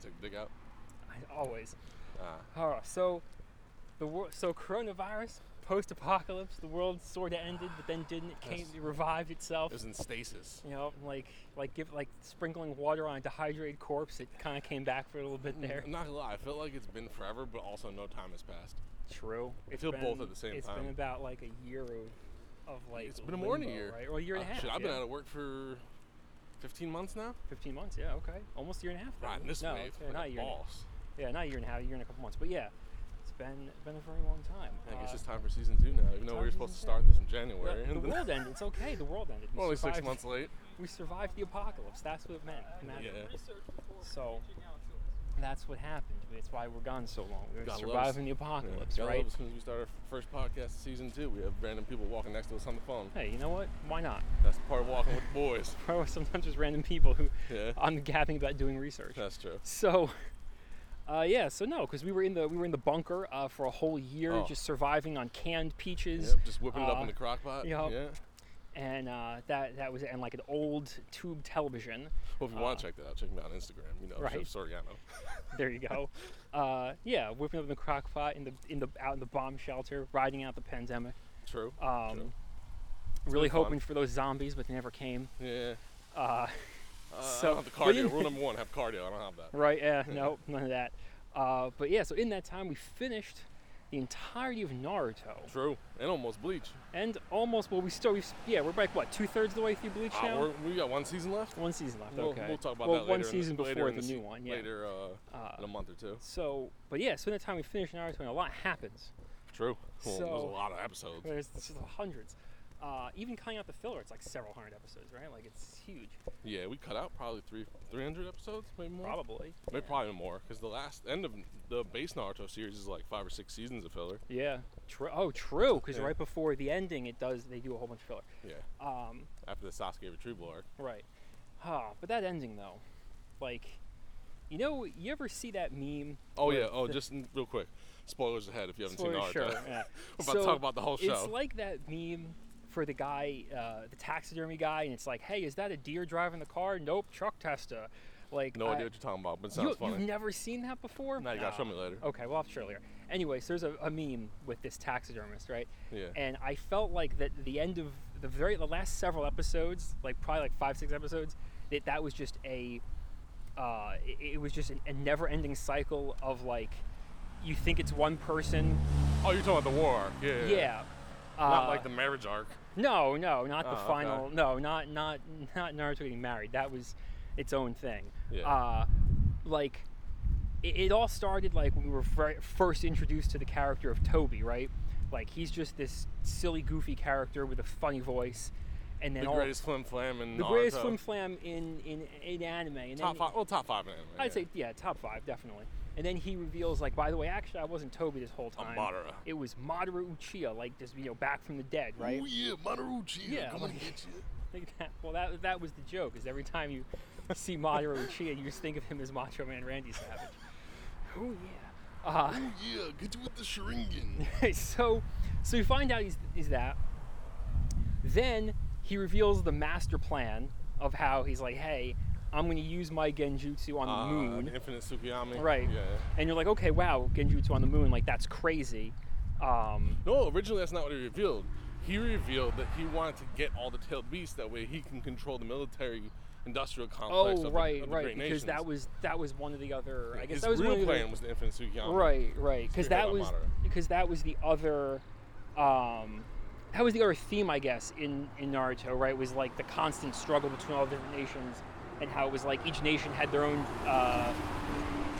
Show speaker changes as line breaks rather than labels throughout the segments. took the big out.
I, always.
Ah,
All right, so the wor- so coronavirus, post-apocalypse, the world sorta ended, but then didn't. It came,
Yes.
it revived itself.
it was in stasis.
you know, like like give like sprinkling water on a dehydrated corpse. It kind of came back for a little bit there.
I'm not gonna lie, I feel like it's been forever, but also no time has passed.
True. It's
feel both
been-
at the same
It's
time.
been about like a year of, of like.
It's been more than a
limbo,
year.
right? Or a year and
Ah,
a half.
Shit, I've been
yeah.
out of work for 15 months now.
Fifteen months. Yeah. Okay. Almost a year and a half. then.
Riding this
no,
wave,
yeah,
like
not
a
a year. and a-
boss.
Yeah, not a year and a half. A year and a couple months. But yeah, it's been been a very long time.
I guess
Uh,
it's time for season two now. Even though we
time
were
for
supposed to
season
start
two.
this in January,
the,
and
the
then-
world ended. It's okay. The world ended. We
we're only six
survived-
months late.
We survived the apocalypse. That's what it meant. It mattered.
Yeah.
So that's what happened. That's why we're gone so long. We were
God loves-
surviving the
Yeah.
apocalypse,
Gotta love
right?
As soon as we start our f- first podcast of season two, we have random people walking next to us on the phone.
Hey, you know what? Why not?
That's the part of walking with the boys.
Or sometimes just random people who
Yeah,
I'm gapping about doing research.
that's true.
So, uh, yeah, so no, because we were in the we were in the bunker uh, for a whole year,
Oh.
just surviving on canned peaches,
Yep, just whipping it up
uh,
in the crock pot.
yup.
Yeah.
and uh, that that was and like an old tube television.
Well, if you want to check that out, check me out on Instagram. You know,
Uh, right.
Chef Soriano.
There you go. uh, yeah, whipping up in the crock pot in the in the out in the bomb shelter, riding out the pandemic.
True.
Um,
True.
really
been fun.
hoping for those zombies, but they never came.
Yeah.
Uh,
Uh, I
so-
don't have the
but in-
cardio. Rule number one: have cardio. I don't have that.
Right? Yeah. Nope. None of that. Uh, but yeah. So in that time, we finished the entirety of Naruto,
True. And almost bleach.
and almost. Well, we still. We've, yeah, we're like what two thirds of the way through Bleach
Ah,
now.
we're, we got one season left.
One season left.
We'll,
okay.
we'll talk about
well,
that later.
one
in the-
season
later
before
in
the, new
se-
one. Yeah.
Later uh,
Uh,
in a month or two.
So, but yeah. So in that time, we finished Naruto, and a lot happens.
True. Well, there's a
So-
lot of episodes.
There's, there's hundreds. Uh, even cutting out the filler, it's like several hundred episodes, right? Like it's huge.
Yeah, we cut out probably three, 300 episodes, maybe more.
Probably.
Maybe probably more, because the last end of the base Naruto series is like five or six seasons of filler.
Yeah. True. Oh, true. Because
Yeah.
right before the ending, it does. They do a whole bunch of filler.
Yeah.
Um,
After the Sasuke retrieval arc.
Right. Huh, but that ending though, like, you know, you ever see that meme?
Oh
where
yeah. Oh,
the-
just n- real quick. Spoilers ahead if you haven't
Spoiler,
seen Naruto.
Sure.
We're
yeah.
about to
So,
talk about the whole show.
It's like that meme for the guy, uh, the taxidermy guy, and it's like, hey, is that a deer driving the car? Nope, truck tester. Like,
no
I-
idea what you're talking about, but it
you,
sounds
have
funny.
never seen that before?
Now you gotta
Nah.
show me later.
Okay, well, I'll show you later. Anyways, there's a, a meme with this taxidermist, right?
Yeah.
And I felt like that the end of the very the last several episodes, like probably like five six episodes, that that was just a, uh, it, it was just an, a never ending cycle of like, you think it's one person,
Oh, you're talking about the war arc. Yeah.
yeah.
Not
uh,
like the marriage arc.
no, no, not
Oh,
the
okay.
final. No, not not not Naruto getting married. That was its own thing.
Yeah.
Uh, like it, it all started like when we were very, first introduced to the character of Toby, right? Like he's just this silly, goofy character with a funny voice, and then
The
all
greatest flim flam in
the greatest
Naruto.
flim flam in in in anime. And
Top
then,
five. Well, top five in anime.
I'd
yeah.
say yeah, top five definitely. And then he reveals like, by the way, actually I wasn't Toby this whole time.
Madara.
It was Madara Uchiha, like this, you know, back from the dead, right?
Oh yeah, Maruchi.
Yeah,
Come and
like-
get you.
Like that- well, that that was the joke. Is every time you see Mario Lucia, you just think of him as Macho Man Randy Savage. oh yeah. Uh,
Oh yeah, get you with the Sharingan.
so, so we find out he's he's that. Then he reveals the master plan of how he's like, hey, I'm going to use my Genjutsu on the
Uh,
moon.
Infinite Tsukiyami.
Right.
Yeah.
And you're like, okay, wow, Genjutsu on the moon, like that's crazy. Um,
No, originally that's not what he revealed. He revealed that he wanted to get all the tailed beasts. That way, he can control the military industrial complex.
oh
of
right,
the, of the
right,
great
because that
nations.
was that was one of the other. I guess
His
that was
real
one of the other-
plan was the Infinite Tsukiyami.
Right, right, because
Spearhead
that
by
was
Madara.
because that was the other, um, that was the other theme, I guess, in in Naruto. Right, was like the constant struggle between all the different nations, and how it was like each nation had their own uh,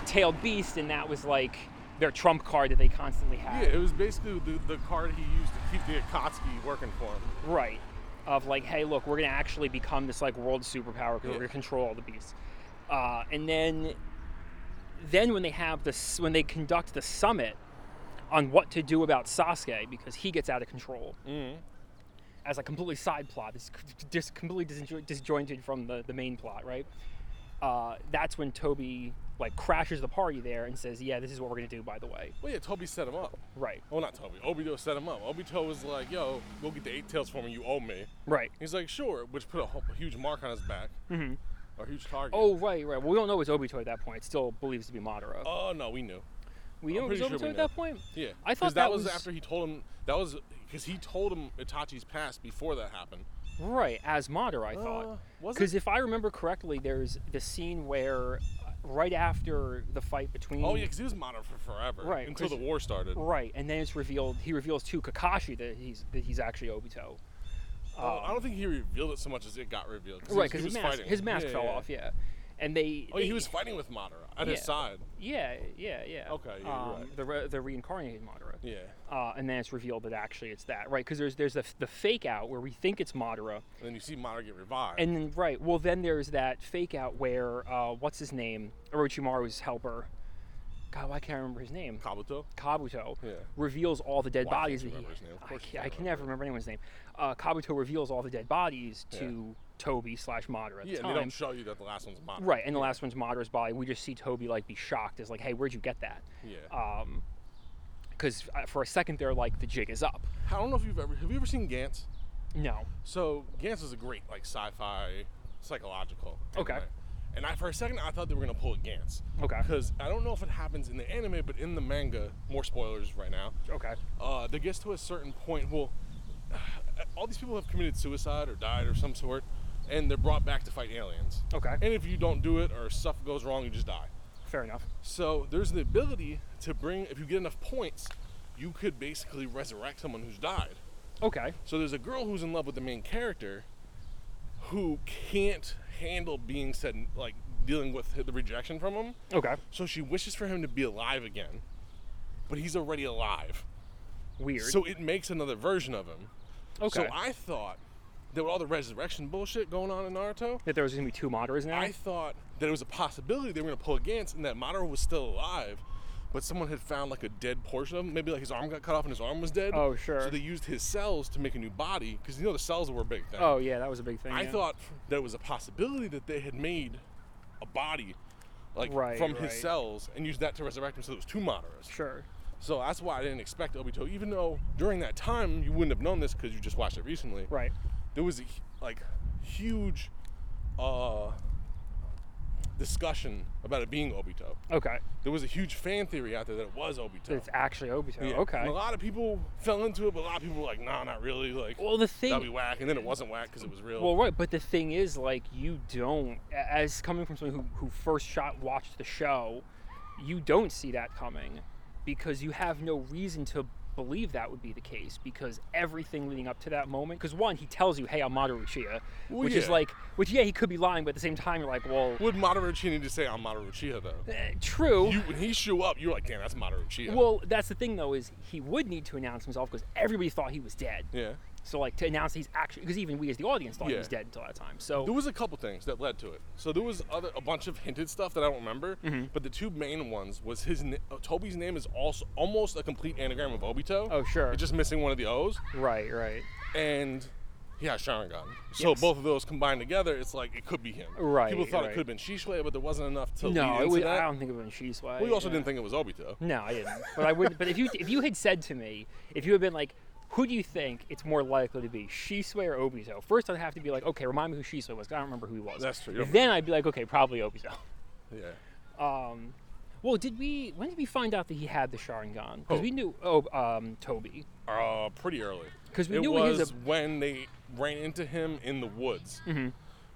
tailed beast, and that was like their trump card that they constantly
Yeah,
had.
it was basically the, the card he used to keep the Akatsuki working for him.
Right, of like, hey, look, we're gonna actually become this like world superpower because
Yeah.
we're gonna control all the beasts, uh, and then, then when they have this, when they conduct the summit on what to do about Sasuke because he gets out of control. As a completely side plot, this just completely disjo- disjointed from the, the main plot, right? Uh, that's when Toby like crashes the party there and says, "Yeah, this is what we're gonna do." By the way,
Well, yeah, Toby set him up.
right,
Well, not Toby. Obito set him up. Obito was like, "Yo, go get the eight tails for me. You owe me."
right,
He's like, "Sure," which put a, whole, a huge mark on his back. Mm-hmm. a huge target.
Oh right, right. Well, we don't know it's Obito at that point. It's still believes to be Madara.
Oh, no, we knew.
we
I'm
know it was
pretty
Obito
sure we
at
know.
that point.
Yeah,
I
'cause
thought
that
that
was,
was-
after he told him that was because he told him Itachi's past before that happened.
Right, as Madara, I
Uh,
thought.
was it?
Because if I remember correctly, there's the scene where, uh, right after the fight between.
Oh yeah, because he was Madara for forever,
Right,
Until
'cause- Oh.
the war started.
Right, and then it's revealed he reveals to Kakashi that he's that he's actually Obito.
Oh, I don't think he revealed it so much as it got revealed.
Right,
he was- he
because his
was
mask
fighting.
his mask
Yeah,
fell
yeah,
off. Yeah, and they.
Oh, yeah, he
they-
was fighting with Madara at his
Yeah.
side.
Yeah, yeah, yeah.
Okay, yeah, you're
Um,
right.
The re- the reincarnated Madara.
Yeah.
Uh, and then it's revealed that actually it's that, right? Because there's there's the, f- the fake out where we think it's Madara,
And then you see Madara get revived.
and then right, well then there's that fake out where uh, what's his name, Orochimaru's helper, God, why can't I remember his name?
Kabuto.
Kabuto
Yeah.
reveals all the dead
Why can't
bodies
you
that he.
remember his name? Of
I,
course you
can't, I
can't
can never remember anyone's name. Uh, Kabuto reveals all the dead bodies
Yeah.
to Toby slash Madara at
Yeah,
the
and they
time.
don't show you that the last one's Madara.
Right, and the last one's Madara's body. We just see Toby like be shocked, as like, "Hey, where'd you get that?"
Yeah.
Because for a second they're like, "The jig is up."
I don't know if you've ever have you ever seen Gantz?
No.
So Gantz is a great like sci-fi psychological.
Okay.
anime. And I, for a second, I thought they were gonna pull a Gantz.
Okay.
Because I don't know if it happens in the anime, but in the manga, more spoilers right now.
Okay.
Uh, there gets to a certain point. Well, all these people have committed suicide or died or some sort, and they're brought back to fight aliens.
Okay.
And if you don't do it or stuff goes wrong, you just die.
Fair enough.
So there's the ability to bring. If you get enough points, you could basically resurrect someone who's died.
Okay.
So there's a girl who's in love with the main character who can't handle being said like dealing with the rejection from him.
Okay.
So she wishes for him to be alive again. But he's already alive.
Weird.
So it makes another version of him.
okay.
So I thought that with all the resurrection bullshit going on in Naruto,
that there was gonna be two Madaras now.
I thought that it was a possibility they were gonna pull against and that Madara was still alive, but someone had found like a dead portion of him. Maybe like his arm got cut off and his arm was dead.
Oh, sure.
So they used his cells to make a new body because you know the cells were a big thing.
oh yeah, that was a big thing.
I
yeah.
thought that it was a possibility that they had made a body like
Right,
from
right.
his cells and used that to resurrect him so there was two Madaras.
Sure.
So that's why I didn't expect Obito, even though during that time you wouldn't have known this because you just watched it recently.
Right.
There was a, hu- like huge uh, discussion about it being Obito.
Okay.
There was a huge fan theory out there that it was Obito.
It's actually Obito.
Yeah.
Okay.
And a lot of people fell into it, but a lot of people were like, nah, not really. Like,
Well, the thing.
that'd be whack. And then it wasn't whack because it was real.
Well, right, but the thing is, like, you don't, a- as coming from someone who, who first shot watched the show, you don't see that coming because you have no reason to believe that would be the case because everything leading up to that moment, because one, he tells you, hey, I'm Madoru Uchiha,
Well,
which is
yeah.
like, which, yeah, he could be lying, but at the same time, you're like, well,
Would Madoru Uchiha need to say, I'm Madoru Uchiha, though?
eh, true.
You, when he show up, you're like, damn, that's Madoru Uchiha.
well, that's the thing, though, is he would need to announce himself because everybody thought he was dead.
yeah.
So, like, to announce he's actually, because even we as the audience thought he
Yeah.
was dead until that time. So,
There was a couple things that led to it. So there was other a bunch of hinted stuff that I don't remember,
Mm-hmm.
but the two main ones was his na- uh, Toby's name is also almost a complete anagram of Obito.
Oh, sure.
It's just missing one of the O's,
right, right.
and he has Sharingan. So
Yes.
both of those combined together, it's like it could be him.
Right,
People thought it
right.
could have been Shishue, but there wasn't enough to lead
No, it
into
was, I
that.
don't think it was in She's Way.
we also
yeah.
didn't think it was Obito.
No, I didn't. But I would. But if you if you had said to me, if you had been like, who do you think it's more likely to be, Shisui or Obito? First, I'd have to be like, okay, remind me who Shisui was. 'cause I don't remember who he was.
That's true, you don't
Then I'd be like, okay, probably Obito.
Yeah.
Well, did we? When did we find out that he had the Sharingan? Because
Who?
we knew. Oh, um, Toby.
Uh, pretty early.
'Cause we
it
knew he
was
was a- Mm-hmm.
when they ran into him in the woods.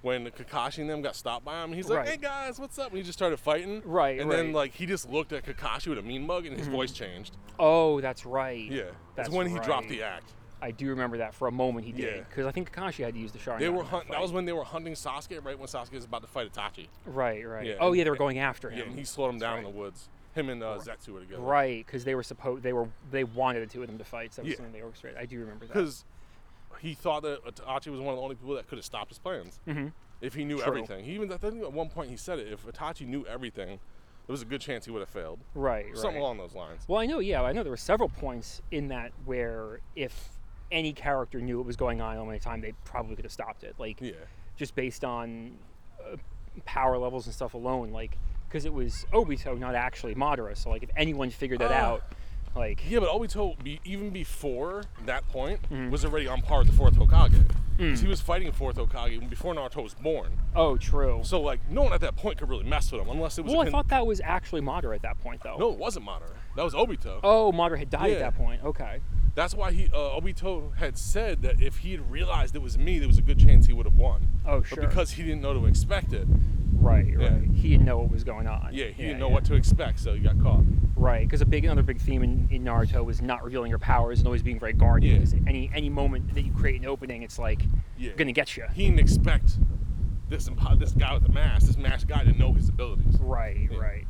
When Kakashi and them got stopped by him, he's like,
Right.
"Hey guys, what's up?" And he just started fighting.
Right,
And then
right.
like he just looked at Kakashi with a mean mug, and his voice changed.
Oh, that's right.
Yeah, that's
That's
when he dropped
right.
the act.
I do remember that for a moment he
Yeah.
did. Because I think Kakashi had to use the Sharingan.
They were
in that
hunt- that
fight.
was when they were hunting Sasuke, right when Sasuke was about to fight Itachi.
Right, right.
Yeah,
oh
and-
yeah, they were going after him.
Yeah, and he slowed him down in the woods. Him and uh, Zetsu were together.
Right, because they were supposed they were they wanted the two of them to fight. So that was
Yeah.
something they orchestrated. I do remember that.
Because he thought that Itachi was one of the only people that could have stopped his plans. If he knew
Mm-hmm. True.
everything. He even, I think at one point he said it. If Itachi knew everything, there was a good chance he would have failed.
Right, right.
Something along those lines.
well, I know. Yeah, I know there were several points in that where if any character knew what was going on at any time, they probably could have stopped it. Like,
Yeah.
just based on uh, power levels and stuff alone. Like, because it was Obito, not actually Madara. So like, if anyone figured that
Ah.
out, like, Mm-hmm.
Yeah, but Obito, be, even before that point, was already on par with the fourth Hokage.
Mm.
'Cause He was fighting fourth Okage before Naruto was born.
Oh, true.
So like no one at that point could really mess with him unless it was.
well,
a
I
con-
thought that was actually Madara at that point, though.
no, it wasn't Madara. That was Obito.
Oh, Madara had died at
Yeah.
that point. Okay.
That's why he uh, Obito had said that if he had realized it was me, there was a good chance he would have won.
Oh,
But
sure.
because he didn't know to expect it,
Right,
Yeah.
right. He didn't know what was going on.
yeah, he didn't know what to expect, so he got caught.
Right, because a big another big theme in, in Naruto was not revealing your powers and always being very guarded.
Yeah.
Because any any moment that you create an opening, it's like
Yeah.
gonna get you.
He didn't expect this impo- this guy with the mask, this masked guy, to know his abilities.
Right,
Yeah.
right.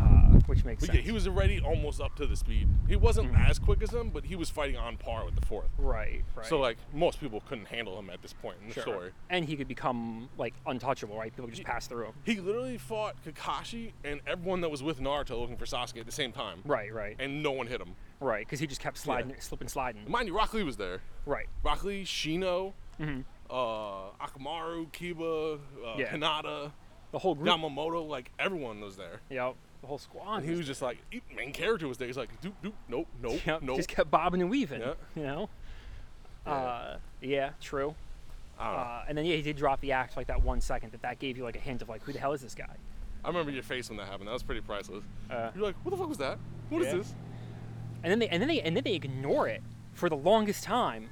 Uh, which makes
But yeah,
sense.
he was already almost up to the speed. He wasn't as quick as him, but he was fighting on par with the fourth.
right, Mm-hmm. right.
So uh, like most people couldn't handle him at this point in the
Sure.
story.
and he could become like untouchable, right? People could just pass through him.
He literally fought Kakashi and everyone that was with Naruto looking for Sasuke at the same time,
Right, right,
and no one hit him.
right. Because he just kept sliding, slipping, sliding.
Mind you, Rock Lee was there.
Right.
Rock Lee, Shino, uh, Akamaru, Kiba, uh,
Mm-hmm. Yeah.
Hinata,
The whole group.
Yamamoto, like everyone was there.
Yep. The whole squad.
And he was just like, e- main character was there. He's like, doop, doop, nope, nope,
Yep,
nope.
Just kept bobbing and weaving.
Yep.
You know.
Yeah.
Uh, yeah. True.
I, don't know.
Uh, and then yeah, he did drop the axe for, like that one second. That that gave you like a hint of like who the hell is this guy?
I remember your face when that happened. That was pretty priceless.
Uh,
You're like, what the fuck was that? What is
yeah.
this?
And then they and then they and then they ignore it for the longest time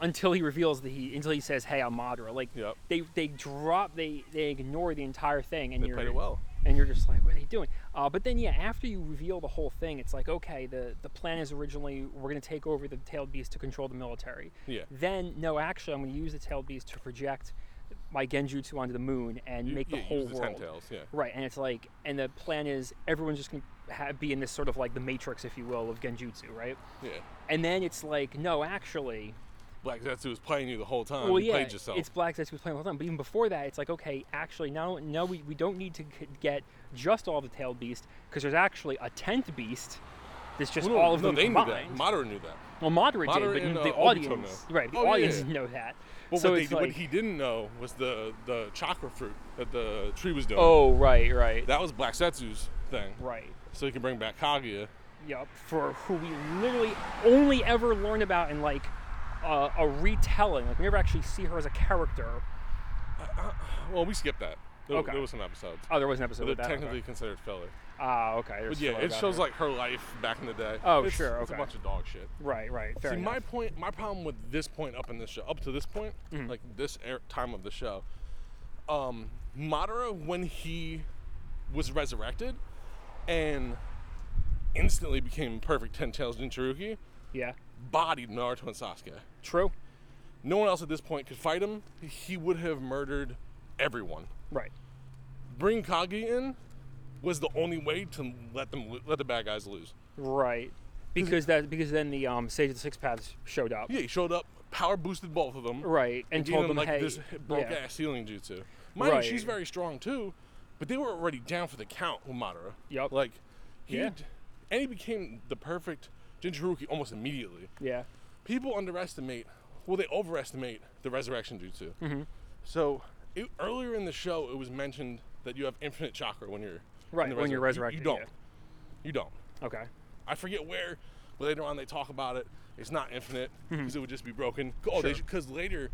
until he reveals that he until he says, "Hey, I'm Madara." Like
Yep.
they they drop they they ignore the entire thing and
They
you're
played it well.
and you're just like, what are they doing? Uh, but then yeah, after you reveal the whole thing, it's like okay, the the plan is originally we're gonna take over the tailed beast to control the military.
Yeah.
Then no, actually, I'm gonna use the tailed beast to project my genjutsu onto the moon and
You-
make the
yeah,
whole
use the
world.
Ten tails. Yeah.
Right, and it's like, and the plan is everyone's just gonna ha be in this sort of like the matrix, if you will, of Genjutsu, right?
Yeah.
And then it's like, no, actually,
Black Zetsu was playing you the whole time.
well,
you
yeah,
played yourself.
it's Black Zetsu was playing all the time, but even before that, it's like, okay, actually, no, no, we, we don't need to c- get just all the tailed beast because there's actually a tenth beast. That's just
Well, no,
all of
no,
them
they knew that.
combined.
Madara knew that.
well, Madara,
Madara
did, but
and,
the
uh, Obito
audience,
know.
right? The
Oh, yeah,
audience
yeah.
didn't know that.
Well,
so
what, they,
it's
what
like,
he didn't know was the the chakra fruit that the tree was doing.
oh, right, right,
That was Black Setsu's thing.
right.
So he can bring back Kaguya.
Yup, for who we literally only ever learn about in like uh, a retelling. Like we never actually see her as a character.
Well, we skipped that. There,
Okay.
there was some episodes.
Oh, there was an episode
They're
with that.
technically
okay.
considered filler.
Ah, okay.
But
there's
yeah,
still
it
about
shows
her.
like her life back in the day.
Oh,
It's-
sure,
It's a
okay.
bunch of dog shit.
right, right. Fair
See,
enough.
my point, my problem with this point up in this show, up to this point,
Mm-hmm.
like this air, time of the show, um, Madara when he was resurrected and instantly became perfect ten tails Jinchurugi,
yeah,
bodied Naruto and Sasuke.
true.
No one else at this point could fight him. He would have murdered everyone.
Right,
Bring Kagi in was the only way to let them lo- let the bad guys lose.
right. Because that because then the um, Sage of the Six Paths showed up.
Yeah, he showed up, power boosted both of them.
Right, and,
and gave
told
them,
them,
like
hey,
this broke
yeah,
ass healing jutsu. Mind you, she's
Right.
very strong too, but they were already down for the count with Madara.
Yup.
Like he
Yeah.
d- and he became the perfect Jinchurugi almost immediately.
yeah,
People underestimate, well, they overestimate the resurrection jutsu.
Mm-hmm.
So it, earlier in the show, it was mentioned that you have infinite chakra when you're
Right,
in the
when you're
resurrect-
resurrected,
You, you
yeah.
don't. You don't.
okay,
I forget where, but later on they talk about it. It's not infinite because it would just be broken. Oh,
Mm-hmm. Sure.
because later,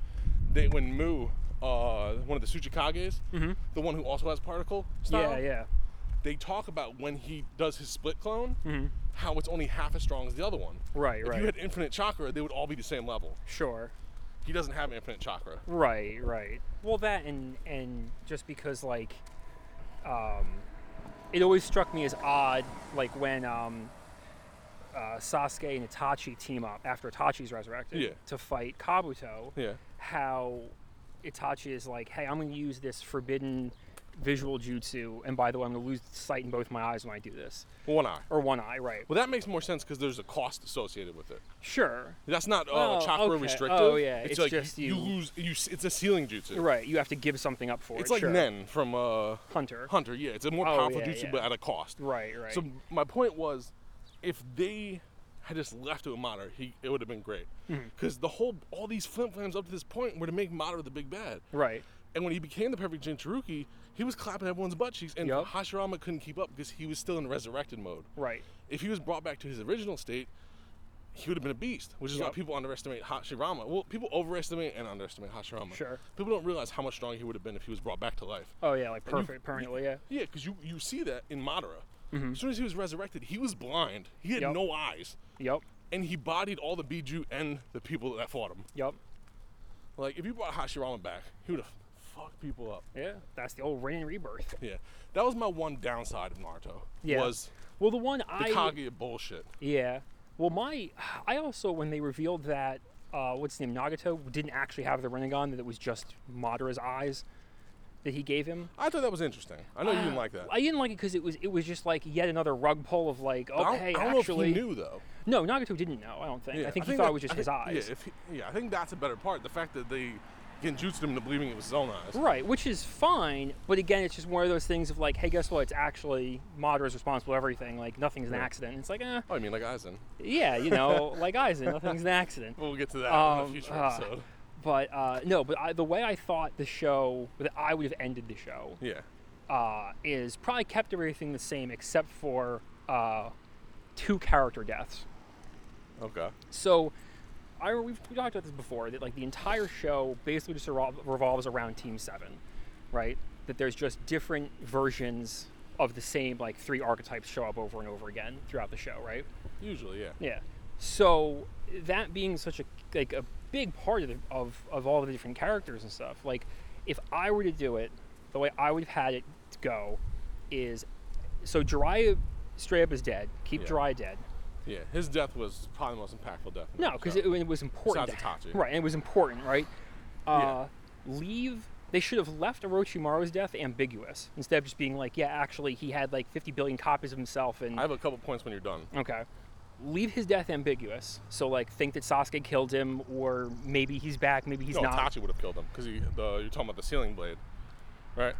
they when Mu, uh, one of the Tsuchikages, the one who also has particle style,
Mm-hmm. yeah, yeah,
they talk about when he does his split clone, how it's only half as strong as the other one.
right,
If
Mm-hmm. right,
you had infinite chakra, they would all be the same level.
sure.
He doesn't have infinite chakra.
Right, right. Well, that and and just because like, um, it always struck me as odd, like when um, uh, Sasuke and Itachi team up after Itachi's resurrected
Yeah.
to fight Kabuto.
Yeah.
How Itachi is like, hey, I'm going to use this forbidden visual jutsu, and by the way, I'm going to lose sight in both my eyes when I do this,
Well, one eye.
or one eye, right?
Well, that makes more sense because there's a cost associated with it.
Sure.
That's not uh,
Oh,
chakra
okay.
restrictive.
Oh, yeah,
It's,
it's
like
just
you,
you-
lose. You, s- it's a ceiling jutsu.
Right. You have to give something up for it.
It's like
sure.
Nen from uh,
Hunter.
Hunter, yeah, it's a more
Oh,
powerful
yeah,
jutsu,
yeah.
but at a cost.
Right. Right.
So my point was, if they had just left it with Mater, he it would have been great.
Mm-hmm.
Because the whole all these flim flams up to this point were to make Mater the big bad.
right.
And when he became the perfect Jinchuruki, he was clapping everyone's butt cheeks, and
Yup.
Hashirama couldn't keep up because he was still in resurrected mode.
Right.
If he was brought back to his original state, he would have been a beast, which is why
Yep.
people underestimate Hashirama. Well, people overestimate and underestimate Hashirama.
Sure.
People don't realize how much stronger he would have been if he was brought back to life.
Oh yeah, like perfect permanently. Yeah.
Yeah, because you, you see that in Madara.
Mm-hmm.
As soon as he was resurrected, he was blind. He had
Yep.
no eyes.
Yep.
And he bodied all the Biju and the people that fought him.
Yep.
Like, if you brought Hashirama back, he would have fucked people up.
Yeah. That's the old rain rebirth.
Yeah. That was my one downside of Naruto.
Yeah.
Was
Well, the one
the
I
Kaguya bullshit.
yeah. Well, my I also when they revealed that uh, what's his name Nagato didn't actually have the Renegon that it was just Madara's eyes that he gave him.
I thought that was interesting. I know you didn't like that.
I didn't like it because it was it was just like yet another rug pull of like oh
I don't,
hey
I don't
actually
know if he knew, though.
no Nagato didn't know I don't think
Yeah,
I think he thought
that-
it was just
I
his
think-
eyes
Yeah, if he, yeah, I think that's a better part. The fact that they genjutsu him into believing it was his own eyes.
right which is fine but again it's just one of those things of like hey guess what it's actually Madara's responsible for everything like nothing's an accident it's like eh,
Oh, I mean, like Aizen.
yeah you know like Aizen nothing's an accident
We'll get to that in
Um,
a future
uh,
episode.
but uh, no but I, the way I thought the show that I would have ended the show
Yeah.
uh, is probably kept everything the same except for uh, two character deaths.
Okay.
So, I we've we talked about this before that like the entire show basically just revol- revolves around Team Seven, right? That there's just different versions of the same like three archetypes show up over and over again throughout the show, right?
Usually, yeah.
Yeah. So that being such a like a big part of the, of of all the different characters and stuff. Like, if I were to do it, the way I would have had it go is, so Jiraiya straight up is dead. Keep
Yeah.
Jiraiya dead.
Yeah. His death was probably the most impactful death. in
No,
the
because
show.
it, it was important.
Besides
to ha-
Itachi.
Right, and it was important, right? Uh, Leave. They should have left Orochimaru's death ambiguous instead of just being like, yeah, actually, he had like 50 billion copies of himself and
I have a couple points when you're done.
Okay. Leave his death ambiguous. So, like, think that Sasuke killed him, or maybe he's back, maybe he's
no,
not.
Tachi would have killed him because you're talking about the ceiling blade, right?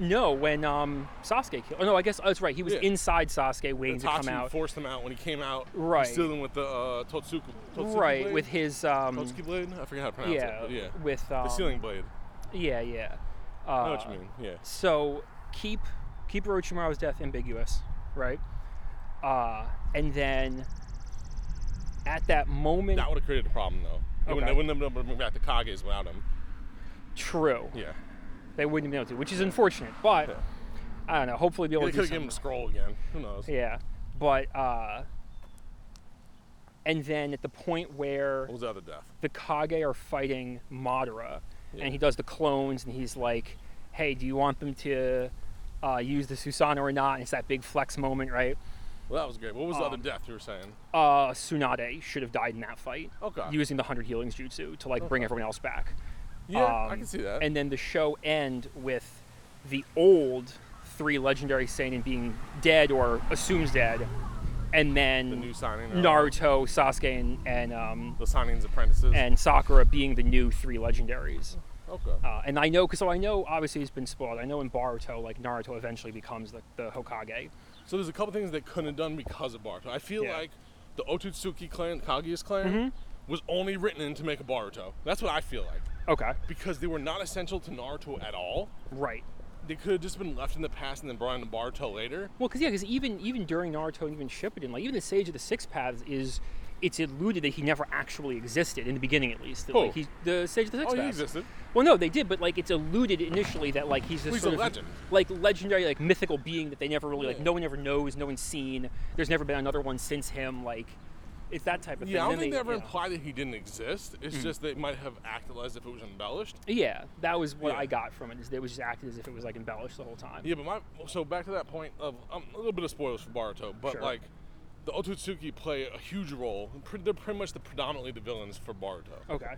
No, when um, Sasuke killed. Oh, no, I guess oh, that's right. He was
Yeah.
inside Sasuke waiting to come
Tachi
out.
forced him out when he came out. he was
Right.
Still in with the uh, Totsuki. Totsuki
right,
blade?
with his. Um,
Totsuki blade. I forget how to pronounce
yeah,
it. but yeah.
With. Um,
the ceiling blade.
Yeah, yeah. Uh,
I know what you mean. Yeah.
So, keep, keep Orochimaru's death ambiguous, right? Uh, and then at that moment.
That would have created a problem though. They wouldn't-
Okay.
They wouldn't have been able to bring back the Kages without him.
true.
Yeah.
They wouldn't be able to, which is unfortunate. But.
Yeah.
I don't know. Hopefully, be able
They
to
could
do
have given him
something.
a scroll again. Who knows?
Yeah, but uh, and then at the point where
What was the other death?
the Kage are fighting Madara,
Yeah.
and he does the clones, and he's like, "Hey, do you want them to uh, use the Susanoo or not?" And it's that big flex moment, right?
Well, that was great. What was the
Um,
other death you were saying?
Uh, Tsunade should have died in that fight,
Okay.
using the Hundred Healings Jutsu to like bring everyone else back.
Yeah, I
Um,
can see that.
And then the show end with the old three legendary Seinen being dead or assumes dead, and then
the new signing. or-
Naruto, Sasuke, and and, um,
The signing's apprentices.
and Sakura being the new three legendaries.
okay.
Uh, and I know, because so I know, obviously it's been spoiled. I know in Baruto, like Naruto eventually becomes the, the Hokage.
So there's a couple things they couldn't have done because of Baruto. I feel
Yeah.
like the Otsutsuki clan, Kaguya's clan, was only written in to make a Baruto. That's what I feel like.
Okay,
Because they were not essential to Naruto at all.
right.
They could have just been left in the past and then brought into Baruto later.
Well, because yeah, because even even during Naruto and even Shippuden, like even the Sage of the Six Paths is, it's alluded that he never actually existed in the beginning, at least. That,
Who?
Like, he, the Sage of the Six
Oh,
Paths.
he existed.
Well, no, they did, but like it's alluded initially that like he's this
Well, he's
sort
a
of
legend.
like legendary, like mythical being that they never really like
Yeah.
no one ever knows, no one's seen. There's never been another one since him. Like it's that type of
Yeah, I
thing.
don't think they, ever
you know.
implied that he didn't exist. It's just they might have acted as if it was embellished.
Yeah, that was what
Yeah.
I got from it. Is they was just acted as if it was like embellished the whole time.
Yeah, but my so back to that point of um, a little bit of spoilers for Baruto, but
Sure.
like the Otsutsuki play a huge role. Pre- They're pretty much the predominantly the villains for Baruto.
Okay.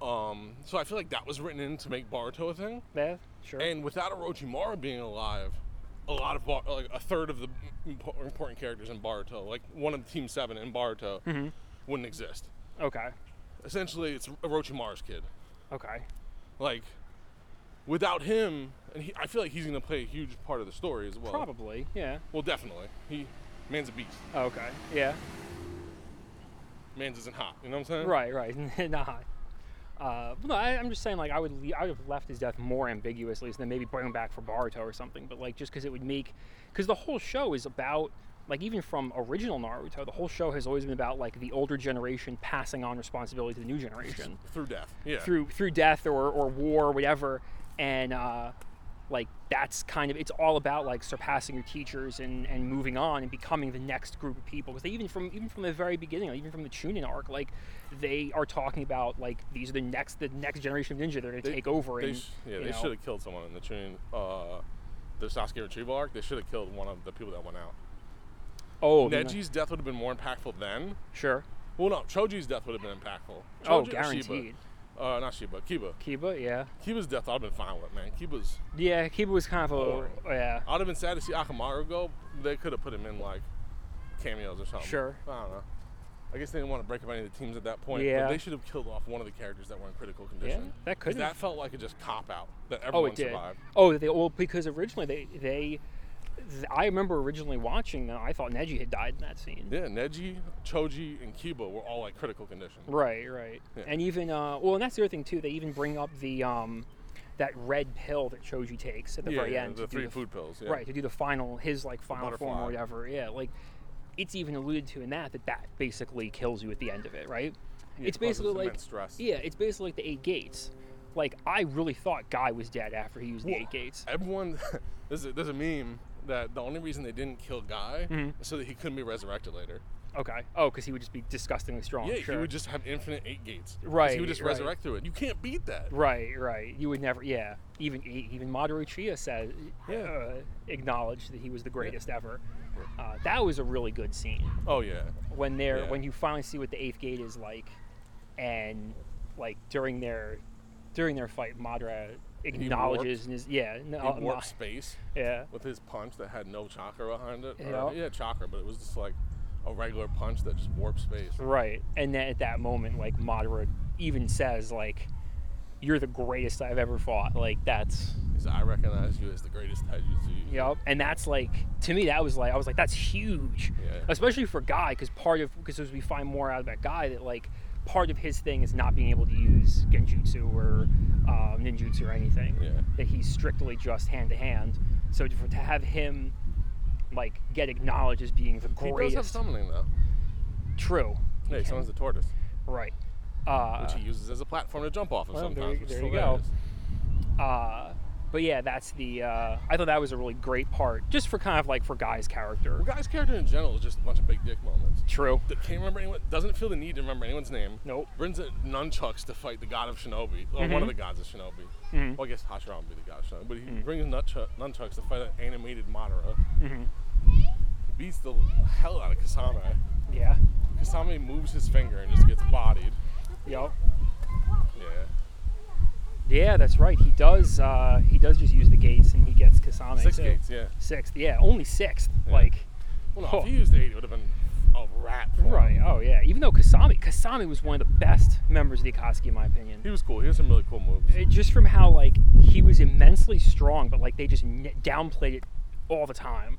Um, so I feel like that was written in to make Baruto a thing.
Yeah. Sure.
And without Orochimaru being alive, a lot of Bar- like a third of the impo- important characters in Baruto, like one of Team Seven in Baruto,
Mm-hmm.
wouldn't exist.
okay.
Essentially, it's Orochimaru's kid.
Okay.
Like without him, and he, I feel like he's going to play a huge part of the story as well.
Probably. Yeah.
Well, definitely. He man's a beast.
Okay. Yeah.
Man's isn't hot. You know what I'm saying?
Right. Right. nah. Uh, no, I, I'm just saying, like, I would, le- I would have left his death more ambiguous, at least, than maybe bring him back for Baruto or something. But like, just because it would make, because the whole show is about like even from original Naruto, the whole show has always been about like the older generation passing on responsibility to the new generation
through death. Yeah.
through through death or or war or whatever, and uh, like that's kind of it's all about like surpassing your teachers and and moving on and becoming the next group of people because even from even from the very beginning, like, even from the Chunin arc, like they are talking about like these are the next the next generation of ninja they're going to take over.
They
and,
sh- yeah,
you
they
know,
should have killed someone in the Chunin, uh, the Sasuke retrieval arc. They should have killed one of the people that went out.
Oh, you know,
Neji's death would have been more impactful then.
sure.
Well, no, Choji's death would have been impactful.
Oh,
Choji or
guaranteed.
Shiba? Uh, not Shiba, Kiba.
Kiba, yeah,
Kiba's death, I'd have been fine with man. Kiba's,
yeah. Kiba was kind of a
Horrible.
yeah.
I'd have been sad to see Akamaru go. They could have put him in like cameos or something.
Sure.
I don't know. I guess they didn't want to break up any of the teams at that point.
Yeah.
But they should have killed off one of the characters that were in critical condition.
that
'Cause
could've.
That felt like a just cop out that
Oh,
everyone
it did.
survived.
Oh, they well because originally they they. th- I remember originally watching them. I thought Neji had died in that scene.
Yeah, Neji, Choji, and Kiba were all like critical condition.
Right, right.
Yeah.
And even uh, well, and that's the other thing too. They even bring up the um, that red pill that Choji takes at the
yeah,
very
yeah,
end.
the
to do
three
f-
food pills. Yeah.
Right to do the final his like final form
butterfly.
or whatever. Yeah, like it's even alluded to in that that that basically kills you at the end of it, right?
Yeah,
it's
it causes
basically like
immense stress.
yeah, it's basically like the eight gates. Like I really thought Guy was dead after he used the
Well,
eight gates.
Everyone, there's a, there's a meme that the only reason they didn't kill Guy
Mm-hmm.
is so that he couldn't be resurrected later.
Okay. Oh, because he would just be disgustingly strong.
Yeah,
sure.
he would just have infinite eight gates. 'cause He
Right,
would just
right.
resurrect through it. You can't beat that.
Right, right. You would never. Yeah. Even e, even Mamoru Chia said, uh, acknowledged that he was the greatest ever. Uh, that was a really good scene
Oh yeah.
when they're
Yeah.
when you finally see what the eighth gate is like, and like during their during their fight, Madara acknowledges and is yeah
He
no,
warped
no,
space
oh, yeah
with his punch that had no chakra behind it.
Yeah.
Or, yeah, chakra, but it was just like a regular punch that just warped space.
right. And then at that moment, like Madara even says like, "You're the greatest I've ever fought." Like that's
He's like, I recognize you as the greatest taijutsu.
Yep. And that's like to me that was like I was like that's huge,
Yeah.
especially for Guy because part of because as we find more out about Guy that like part of his thing is not being able to use genjutsu or um, ninjutsu or anything.
Yeah.
That he's strictly just hand to hand. So to, to have him like get acknowledged as being the
He
greatest,
does have summoning though.
true,
Yeah, he summons the tortoise,
right? Uh,
which he uses as a platform to jump off of
well, there
sometimes.
you-
which
there
is
you go.
hilarious.
uh, but yeah, that's the. Uh, I thought that was a really great part, just for kind of like for Guy's character.
Well, Guy's character in general is just a bunch of big dick moments.
True.
That can't remember anyone, doesn't feel the need to remember anyone's name.
Nope.
Brings it nunchucks to fight the god of Shinobi, or
Mm-hmm.
one of the gods of Shinobi. Well, I guess Hashira would be the god of Shinobi, but he brings nunchuck, nunchucks to fight an animated Madara.
Mm-hmm.
Beats the hell out of Kasame.
Yeah.
Kasame moves his finger and just gets bodied.
Yep.
Yeah.
Yeah, that's right. He does. Uh, he does just use the gates, and he gets Kasame.
Six
too.
gates, yeah.
Sixth. Yeah, only sixth.
Yeah.
Like.
Well, no,
Huh.
if he used eight, it would have been a wrap. for him.
Right. Oh yeah. Even though Kasame, Kasame was one of the best members of the Akatsuki, in my opinion.
He was cool. He had some really cool moves.
It- just from how like he was immensely strong, but like they just n- downplayed it all the time.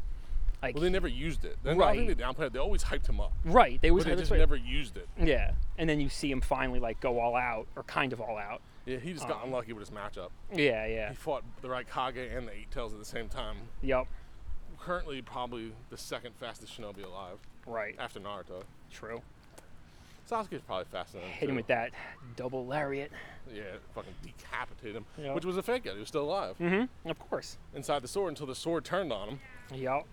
Like.
Well, they never used it. Then right. I don't
Right.
think they downplayed it. They always hyped him up.
right. They was.
But they
that's
just
right.
never used it.
Yeah. And then you see him finally like go all out, or kind of all out.
Yeah, he just
Uh-huh.
got unlucky with his matchup.
Yeah. Yeah.
He fought the Raikage and the Eight Tails at the same time.
Yep.
Currently, probably the second fastest shinobi alive
Right.
after Naruto.
True.
Sasuke's probably faster than him.
Hit him
too.
with that double lariat.
Yeah, fucking decapitate him.
Yeah.
Which was a fake out. He was still alive
Mm-hmm. Of course.
inside the sword until the sword turned on him.
Yep.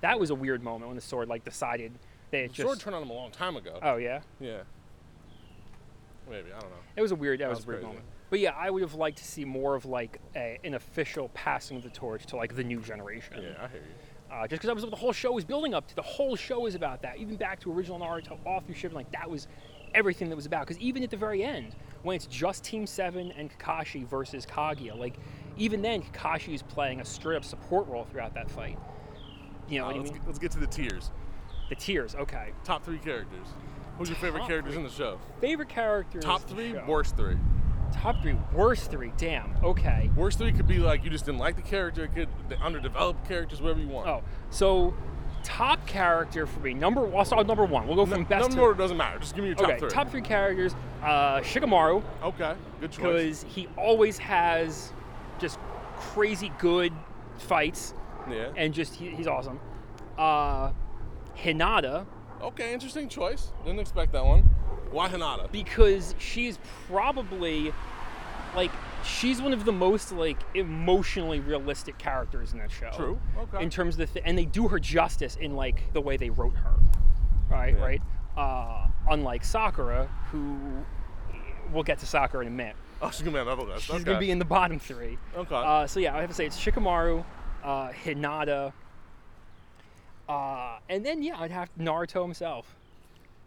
That was a weird moment when the sword like decided that it
The
just.
sword turned on him a long time ago.
oh yeah,
yeah. Maybe I don't know.
it was a weird. That, was,
was
a weird
crazy.
moment. But yeah, I would have liked to see more of like a, an official passing of the torch to like the new generation.
Yeah, I hear you.
Uh, just because that was what the whole show was building up to. The whole show was about that. Even back to original Naruto, all through shipping, like that was everything that was about. Because even at the very end, when it's just Team Seven and Kakashi versus Kaguya, like even then Kakashi is playing a straight up support role throughout that fight. You know
Uh,
what I
let's,
mean?
get, let's get to the tiers.
The tears. Okay.
Top three characters. Who's your favorite
Top
characters in the show?
Favorite characters.
Top
of the
three,
show.
worst three.
Top three, worst three. Damn. Okay.
Worst three could be like you just didn't like the character. It could the underdeveloped characters, whatever you want.
Oh, so top character for me. Number. I'll start with number one. We'll go from best.
Number
to,
order doesn't matter. Just give me your top
okay.
three.
Top three characters. Uh, Shikamaru,
Okay, good choice.
because he always has just crazy good fights,
Yeah.
and just he, he's awesome. uh, Hinata
Okay, interesting choice. Didn't expect that one. Why Hinata?
because she's probably like she's one of the most like emotionally realistic characters in that show.
True. Okay.
In terms of the th- and they do her justice in like the way they wrote her, right?
Yeah.
Right. Uh, unlike Sakura, who we'll get to Sakura in a minute.
oh, she's gonna be another list.
She's
okay.
gonna be in the bottom three.
Okay.
Uh, so yeah, I have to say it's Shikamaru, uh, Hinata, uh, and then yeah, I'd have Naruto himself.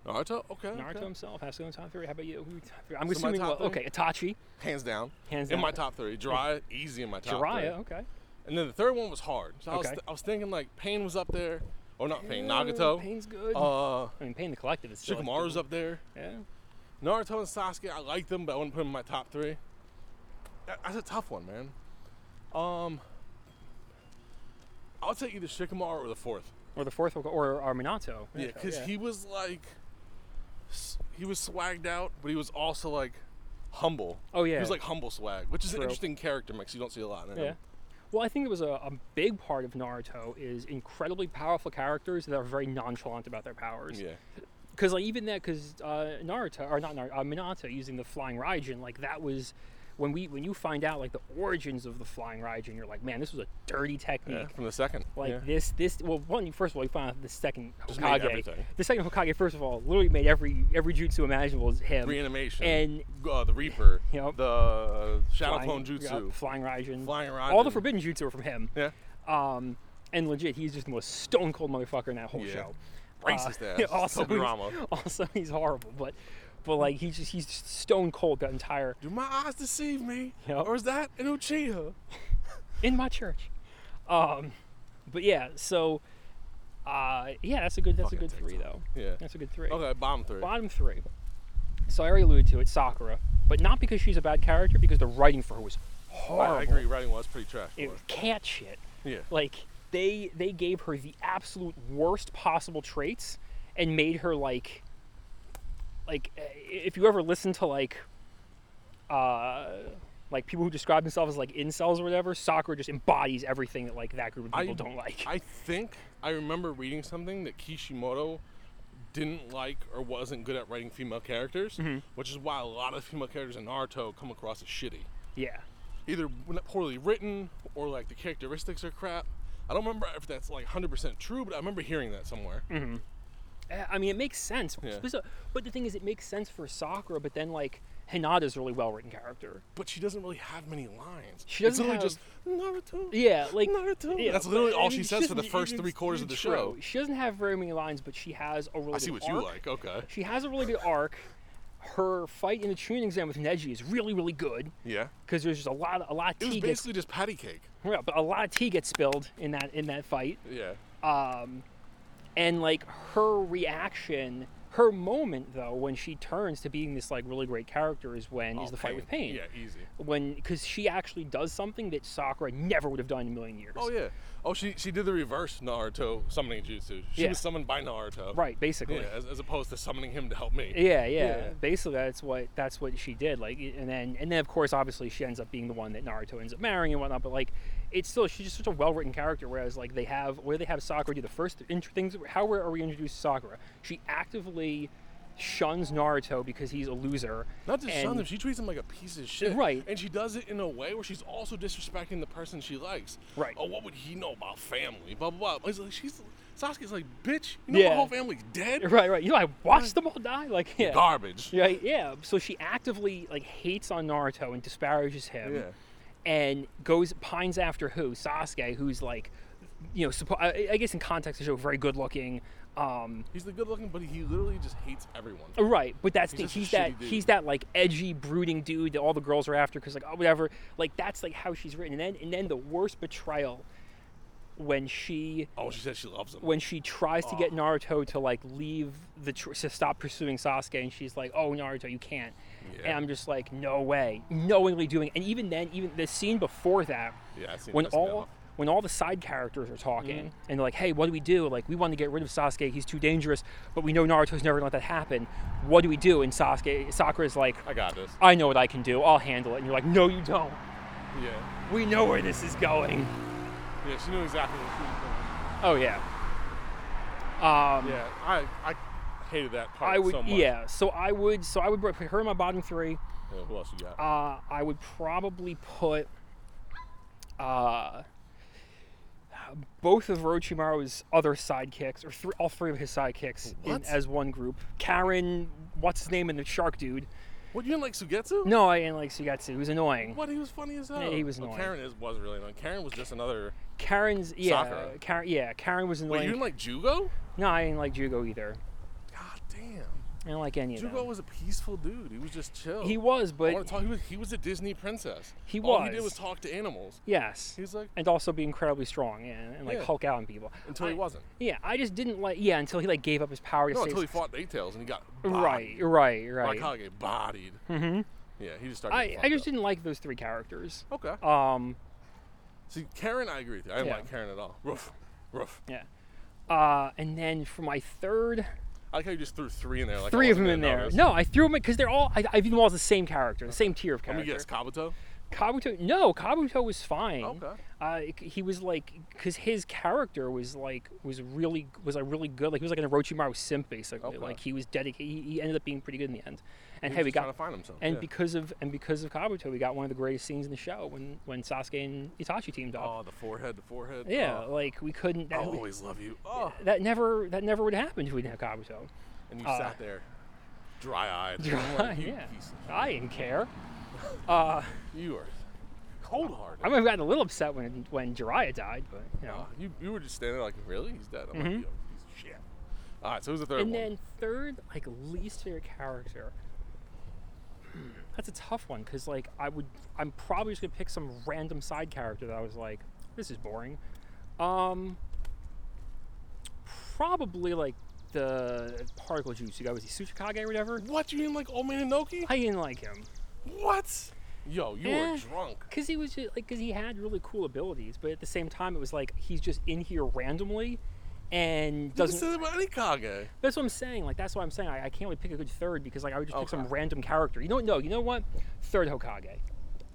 Naruto. Okay.
Naruto
okay.
himself has to go in top three. How about you? Who- I'm
my
assuming
top
well,
three?
okay, Itachi,
Hands down.
Hands
in
down.
my top three. Jiraiya, easy in my top three.
Jiraiya. Okay.
And then the third one was hard. So I, was
Okay.
I was thinking like Pain was up there, or not Pain,
Yeah,
Nagato.
Pain's Oh, good.
Uh,
I mean, Pain the Collective is still like,
Shikamaru's up there.
Yeah.
Naruto and Sasuke, I like them, but I wouldn't put them in my top three. That- That's a tough one, man. Um, I'll take either Shikamaru or the fourth.
Or the fourth, or, or Minato.
Yeah,
Minato,
because he was like, s- he was swagged out, but he was also like humble.
Oh,
he
yeah.
was like humble swag, which is
True.
an interesting character mix. You don't see a lot. In
Yeah.
him.
Well, I think it was a, a big part of Naruto is incredibly powerful characters that are very nonchalant about their powers.
yeah,
Because like even that, because uh, Naruto or not Naruto, uh, Minato using the flying Raijin, like that was when we when you find out like the origins of the flying Raijin, you're like, man, this was a dirty technique.
yeah. From the second,
Like
yeah.
this, this. Well, one you- first of all, you find out the second
Just made
Hokage.
everything.
The second Hokage, first of all, literally made every every jutsu imaginable is him.
reanimation
and-
uh, the Reaper,
Yep.
the uh, Shadow
Flying-
Clone
yeah,
Jutsu,
flying Raijin,
Flying
All the
Raijin.
forbidden jutsu are from him.
yeah,
Um, and legit, he's just the most stone cold motherfucker in that whole
Yeah.
show. Uh,
Racist ass.
Also, he's,
Tobirama.
also he's horrible, but but like he's just he's just stone cold that entire
Do my eyes deceive me,
Yep.
or is that an Uchiha?
in my church. Um, but yeah, so uh, yeah, that's a good that's a
Fucking
good three though.
Yeah.
That's a good three.
Okay, bottom three.
Bottom three. So I already alluded to it, Sakura, but not because she's a bad character, because the writing for her was
I-
horrible.
I agree. Writing was pretty trash.
It
for
was cat shit.
it. Yeah.
like they they gave her the absolute worst possible traits and made her like like i- if you ever listen to like uh like people who describe themselves as like incels or whatever soccer just embodies everything that like that group of people don't like
I think I remember reading something that Kishimoto didn't like or wasn't good at writing female characters,
Mm-hmm.
which is why a lot of female characters in Naruto come across as shitty.
yeah
Either w- poorly written or like the characteristics are crap. I don't remember if that's like 100% true, but I remember hearing that somewhere.
Mm-hmm. Uh, i mean it makes sense
Yeah.
But so- but the thing is it makes sense for sakura but then like hinata's a really well written character
But she doesn't really have many lines.
She doesn't
It's literally
have-
just Naruto.
Yeah, like
Naruto.
yeah,
That's literally
but,
all
I
she
mean,
says for the
doesn't-
first
it's-
three quarters of the
it's
show.
true. She doesn't have very many lines, but she has a really.
I see what you like. Okay.
She has a really good arc. Her fight in the tuning exam with Neji is really, really good
Yeah.
because there's just a lot, a lot of
It was
tea gets,
basically just patty cake.
yeah, but a lot of tea gets spilled in that in that fight,
Yeah.
and like her reaction, her moment though when she turns to being this like really great character is when is
Oh,
the fight with Pain.
Yeah, easy.
When because she actually does something that Sakura never would have done in a million years.
Oh yeah. Oh, she she did the reverse Naruto summoning jutsu. She
Yeah.
was summoned by Naruto.
Right,
Yeah.
basically.
As, as opposed to summoning him to help me.
Yeah, yeah.
Yeah.
Basically, that's what that's what she did. Like, and then and then of course, obviously, she ends up being the one that Naruto ends up marrying and whatnot. But like, it's still she's just such a well written character. Whereas like they have where they have Sakura do the first int- things. How where are we introduced to Sakura? She actively shuns Naruto because he's a loser.
Not just shun
and-
him. She treats him like a piece of shit.
Right.
And she does it in a way where she's also disrespecting the person she likes.
Right.
Oh, what would he know about family? Blah blah blah. It's like she's Sasuke's like, bitch. You know
Yeah.
my whole family's dead.
Right, right. You know, I watched them all die. Like, yeah.
Garbage.
Yeah, yeah. So she actively like hates on Naruto and disparages him,
Yeah.
and goes pines after who Sasuke, who's like, you know, suppo- I, I guess in context of the show, very good looking. Um,
He's the good looking, but he literally just hates everyone.
right, but that's
He's
the,
just a
he's that
shitty dude.
he's that like edgy, brooding dude that all the girls are after because like oh, whatever, like that's like how she's written. And then and then the worst betrayal when she
Oh, she said she loves him.
when she tries to get Naruto to like leave the tr- to stop pursuing Sasuke, and she's like, "Oh, Naruto, you can't." And
Yeah.
I'm just like, "No way!" Knowingly doing, and even then, even the scene before that,
Yeah, I've seen
when
this now.
all when all the side characters are talking
Mm-hmm.
and they're like, "Hey, what do we do? Like, we want to get rid of Sasuke. He's too dangerous, but we know Naruto's never gonna let that happen. What do we do?" And Sasuke, Sakura's like,
I got this.
"I know what I can do. I'll handle it." And you're like, "No, you don't.
Yeah.
We know where this is going."
Yeah. She knew exactly what she was doing.
Oh yeah. Um,
Yeah, I I hated that part
I would,
so much.
yeah. So I would, so I would put her in my bottom three.
Yeah, Who else you got?
Uh, I would probably put uh, both of Orochimaru's other sidekicks, or thr all three of his sidekicks, in,
What?
as one group. Karen, what's his name, and the shark dude.
what you didn't like Sugetsu?
No, I didn't like Sugatsu. He was annoying.
What he was funny as hell.
Yeah, he was
Well,
annoying.
Karen is was really annoying. Karen was just another.
Karen's yeah,
Sakura.
Karen yeah, Karen was
Wait,
annoying.
you didn't like Jugo?
no, I didn't like Jugo either.
God damn.
I didn't like any of
Jugo
them.
was a peaceful dude. He was just chill.
He was,
I want
but
to talk. He was, he was a Disney princess.
He
All he did
was.
was talk to animals.
yes,
He's like
and also be incredibly strong and, and like
Yeah.
Hulk out on people.
until
I-
he wasn't.
Yeah, I just didn't like. Yeah, until he like gave up his power to
No,
save.
until he fought the Eight Tails and he got
Right,
bodied.
right, right.
Rakage bodied.
hmm
Yeah, he just started.
I,
getting
I
fucked
just didn't like those three characters.
up. okay.
Um,
See, Karen, I agree with you. I didn't
yeah.
like Karen at all. Roof, roof.
yeah. Uh, and then for my third,
I like how you just threw three in there. Like I
three of them
wasn't
in
gonna
there.
notice.
No, I threw them because they're all. I, I view them all as the same character, the same tier of
Let me
character.
guess, Kabuto.
Kabuto. No, Kabuto was fine.
Okay.
Uh, he was like, because his character was like, was really, was like really good. Like he was like an Orochimaru simp basically.
Okay.
Like he was dedicated. He, he ended up being pretty good in the end. And
He
hey,
was
we
just
got
trying to find himself.
And
yeah.
because of and because of Kabuto, we got one of the greatest scenes in the show when when Sasuke and Itachi teamed up.
oh, the forehead, the forehead.
yeah,
Oh,
like we couldn't. That,
I'll always love you. Oh,
that never that never would happen if we didn't have Kabuto.
and you
uh,
sat there, dry-eyed.
Dry-
like, you
yeah.
piece of-
I didn't care. Uh,
you are cold-hearted.
I might have gotten a little upset when when Jiraiya died, but you know.
Uh, you, you were just standing there like, really? He's dead. I'm like,
Mhm.
yo, piece of shit. All right, so who's the third
and
one?
then third, like least favorite character. Hmm, That's a tough one because like I would, I'm probably just gonna pick some random side character that I was like, this is boring. Um, probably like the particle juice you guy was he Tsuchikage or whatever.
what? You mean like Old Man Inoki?
I didn't like him
What? Yo, you are
Eh.
drunk.
because he was just like because he had really cool abilities, but at the same time it was like he's just in here randomly and
You
doesn't
said about any Kage.
That's what I'm saying. Like that's why I'm saying I, I can't really pick a good third because like I would just pick some
Okay.
random character. You know no, you know what? Third Hokage.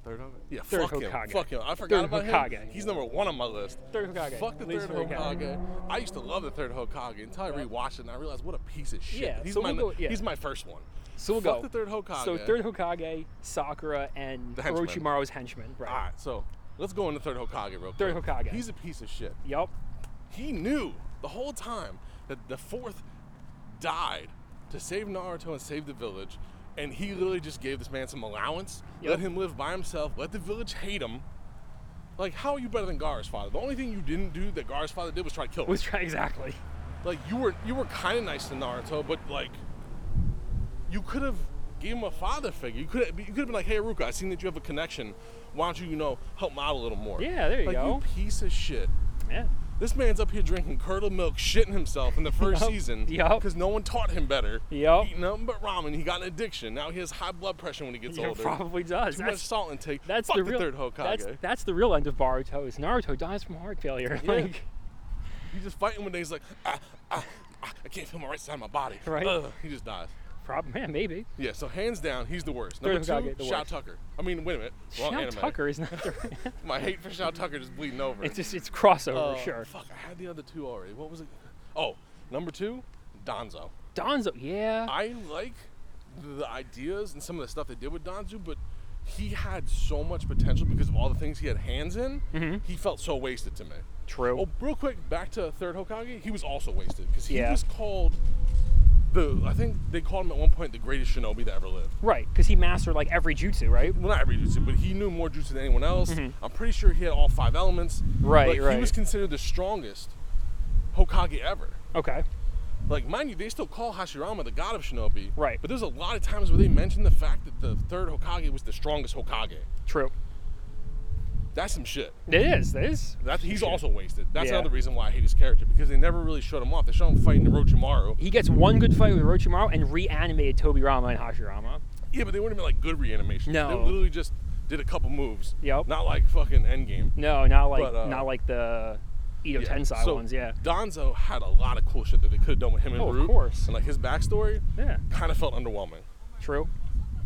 Third Hokage? Yeah,
Third
fuck him.
Hokage.
Fuck him. I forgot
Third
about him.
Hokage.
He's number one on my list.
Third Hokage.
Fuck the
Least
third
favorite
Hokage. I used to love the third Hokage until I rewatched it and I realized what a piece of shit.
Yeah,
he's,
so
my,
we'll go- yeah.
he's my first one.
So we'll
Fuck
go.
the third Hokage.
So third Hokage, Sakura, and
The henchman.
Orochimaru's henchman. Right.
All right, so let's go into third Hokage real quick.
Third Hokage.
He's a piece of shit.
Yup.
He knew the whole time that the fourth died to save Naruto and save the village, and he literally just gave this man some allowance, let
Yep.
him live by himself, let the village hate him. Like, how are you better than Gaara's father? The only thing you didn't do that Gaara's father did was try to kill him.
Was trying exactly.
like, you were you were kind of nice to Naruto, but like, you could have gave him a father figure. You could have you could have been like, hey, Ruka, I seen that you have a connection. Why don't you you know help him out a little more?
Yeah, there you
like,
go.
You piece of shit.
Yeah.
This man's up here drinking curdled milk, shitting himself in the first
Yup,
season
yup.
because no one taught him better.
Yup.
Eating nothing but ramen. He got an addiction. Now he has high blood pressure when he gets
Yeah,
older.
probably does.
Too much
That's,
salt intake.
that's
Fuck
the real
third Hokage.
That's, that's the real end of Naruto is Naruto dies from heart failure.
Yeah.
Like
He's just fighting one day. He's like, ah, ah, ah, I can't feel my right side of my body.
Right.
Ugh. He just dies.
problem man, maybe.
Yeah, so hands down, he's the worst.
Third
Number two,
Hokage, the
Shout
worst.
Tucker. I mean, wait a minute. Wrong
Shout
anime.
Tucker is not the
My hate for Shout Tucker just bleeding over.
It's just it's crossover,
Uh,
sure.
Fuck, I had the other two already. What was it? Oh, number two, Donzo.
Donzo, yeah.
I like the ideas and some of the stuff they did with Donzu, but he had so much potential because of all the things he had hands in. He felt so wasted to me.
Mm-hmm. True.
Oh, real quick, back to third Hokage. He was also wasted because he
Yeah.
was called the. I think they called him at one point the greatest shinobi that ever lived.
Right, because he mastered like every jutsu, right?
Well, not every jutsu, but he knew more jutsu than anyone else. I'm pretty sure he had all five elements.
Mm-hmm. Right,
Like, He
right.
was considered the strongest Hokage ever.
Okay.
Like, mind you, they still call Hashirama the god of shinobi.
Right.
But there's a lot of times where they mention the fact that the third Hokage was the strongest Hokage.
True.
That's some shit.
It is. It is.
That, he's also wasted. That's
Yeah.
another reason why I hate his character because they never really showed him off. They showed him fighting Orochimaru.
He gets one good fight with Orochimaru and reanimated Toby Rama and Hashirama.
Yeah, but they wouldn't have been like good reanimation. They
No.
literally just did a couple moves.
Yep.
Not like fucking Endgame.
No, not like
But, uh,
not like the Edo
Yeah,
Tensai
so
ones. Yeah.
Donzo had a lot of cool shit that they could have done with him and
Oh, of
Root,
course.
And like his backstory
Yeah.
kind of felt underwhelming.
True.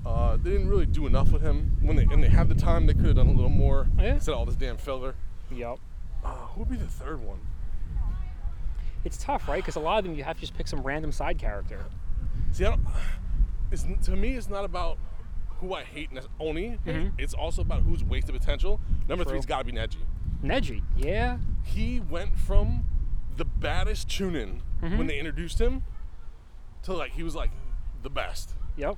Uh, they didn't really do enough with him when they and they had the time. They could have done a little more
Yeah.
instead of all this damn filler.
Yep.
Uh, who would be the third one?
It's tough, right? Because a lot of them you have to just pick some random side character.
See, I don't, it's, to me, it's not about who I hate and Oni. It's also about who's wasted potential. Number
Mm-hmm. True.
three's got to be Neji.
Neji, yeah,
He went from the baddest Chunin
Mm-hmm.
when they introduced him to like he was like the best.
yep.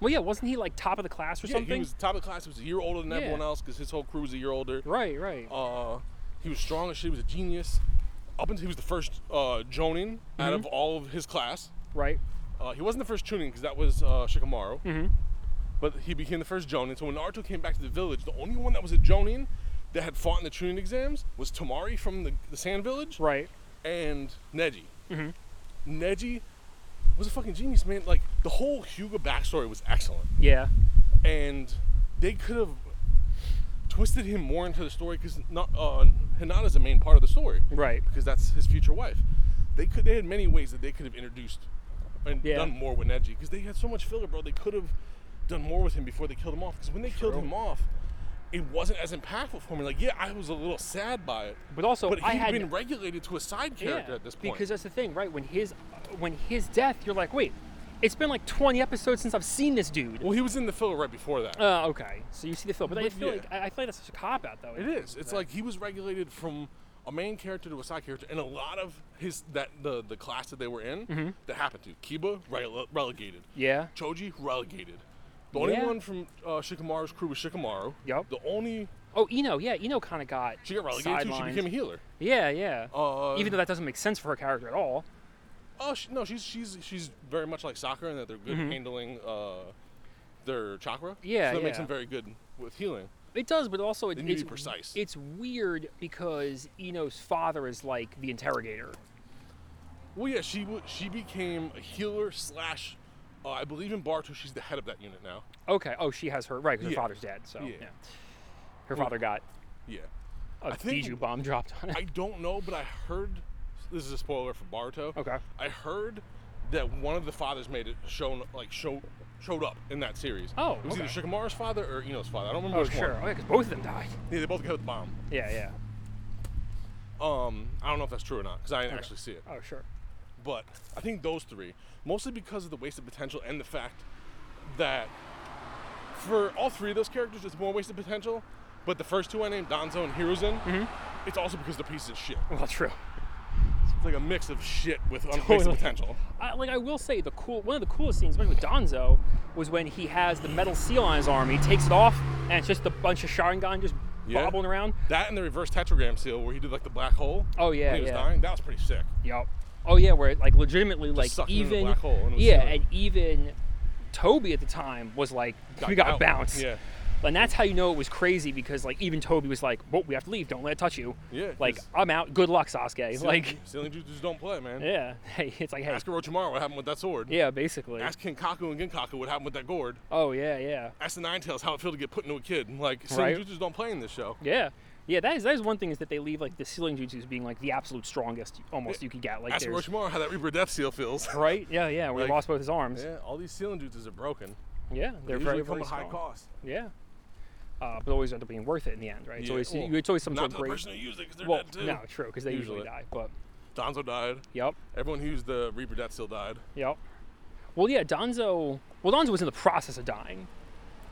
Well, yeah, wasn't he like top of the class or
Yeah,
something?
he was top of the class. He was a year older than
Yeah.
everyone else because his whole crew was a year older.
right, right.
Uh, he was strong as shit. He was a genius. Up until he was the first uh, Jonin out of all of his class.
right.
Uh, he wasn't the first Chunin because that was uh, Shikamaru. But he became the first Jonin. So when Naruto came back to the village, the only one that was a Jonin that had fought in the Chunin exams was Tamari from the, the Sand Village
Right.
and Neji. Neji was a fucking genius, man. Like the whole Hyuga backstory was excellent,
Yeah.
and they could have twisted him more into the story because not uh, Hinata's the main part of the story
Right.
because that's his future wife. They could they had many ways that they could have introduced and
Yeah.
done more with Neji because they had so much filler, bro. They could have done more with him before they killed him off. Because when they killed
True.
him off, it wasn't as impactful for me. Like, yeah, I was a little sad by it,
But also,
but
I
he had
had
been regulated to a side character
yeah,
at this point.
because that's the thing, right? When his when his death, you're like, wait, it's been like 20 episodes since I've seen this dude.
well, he was in the filler right before that.
Uh, okay, so you see the film, but, I
But
feel
yeah.
like I, I feel like that's such a cop out though.
it is. It's like he was regulated from a main character to a side character, and a lot of his that the the class that they were in
Mm-hmm.
that happened to Kiba rele- relegated.
yeah,
Choji relegated. The only
Yeah.
one from uh, Shikamaru's crew was Shikamaru.
Yup.
The only
Oh, Eno, yeah, Eno kind of got.
she got relegated too. She
sidelined.
became a healer.
Yeah, yeah.
Uh,
Even though that doesn't make sense for her character at all.
oh she, no, she's she's she's very much like Sakura in that they're good at handling uh, their chakra.
Mm-hmm. Yeah,
so that makes
yeah.
them very good with healing.
It does, but also it,
They need to
it's
be precise.
It's weird because Eno's father is like the interrogator.
Well, yeah, she w- she became a healer slash. Uh, I believe in Barto, she's the head of that unit now.
Okay. Oh, she has her right. 'cause Her
Yeah.
father's dead. So yeah,
Yeah.
her father got
Yeah.
a
I think-
Diju bomb dropped on it.
I don't know, but I heard. This is a spoiler for Barto.
Okay.
I heard that one of the fathers made it shown like show showed up in that series.
Oh,
It was either
okay.
Shikamaru's father or Ino's father. I don't remember
oh
which
sure.
one.
Oh yeah, because both of them died.
Yeah, they both got the bomb.
Yeah, yeah.
Um, I don't know if that's true or not because I didn't actually see it.
Oh sure.
But I think those three, mostly because of the wasted potential and the fact that for all three of those characters, it's more wasted potential. But the first two I named, Donzo and Hiruzen,
Mm-hmm.
it's also because they're pieces of shit.
Well, true.
It's like a mix of shit with un- wasted
Totally.
potential.
I, like I will say, the cool one of the coolest scenes, especially with Donzo, was when he has the metal seal on his arm. He takes it off, and it's just a bunch of Sharingan just
Yeah.
bobbling around.
That and the reverse tetragram seal where he did like the black hole.
Oh, yeah,
when he was
yeah.
dying. That was pretty sick.
Yep. Oh yeah, where it, like legitimately like
sucked into the
even
black hole and it was
yeah,
sealed.
and even Toby at the time was like we got
out.
bounced.
Yeah.
And that's how you know it was crazy because like even Toby was like, "Well, we have to leave. Don't let it touch you."
Yeah,
Like
'cause-
I'm out. Good luck, Sasuke. like
Stealing just don't play, man.
yeah. Hey, it's like hey.
Ask Orochimaru what happened with that sword.
yeah, basically.
Ask Kenkaku and Genkaku what happened with that gourd.
oh yeah, yeah,
Ask the Ninetales how it felt to get put into a kid. Like,
Right.
Stealing just don't play in this show.
yeah. Yeah, that is that is one thing is that they leave like the ceiling jutsus being like the absolute strongest almost you could get like
Ask
there's
Orochimaru how that Reaper Death Seal feels.
right yeah yeah where he
Like-
lost both his arms yeah,
yeah, all these sealing dudes are broken.
they're
they usually
very
come
very
at high
strong
cost.
yeah uh, but always end up being worth it in the end right it's
Yeah,
always
well,
you- it's always some
Not
sort
to
of
the
great
person who used it because they're
well
dead too.
no true because they usually.
Usually.
die but
Donzo died.
yep
Everyone who used the Reaper Death Seal died.
yep well yeah Donzo well Donzo was in the process of dying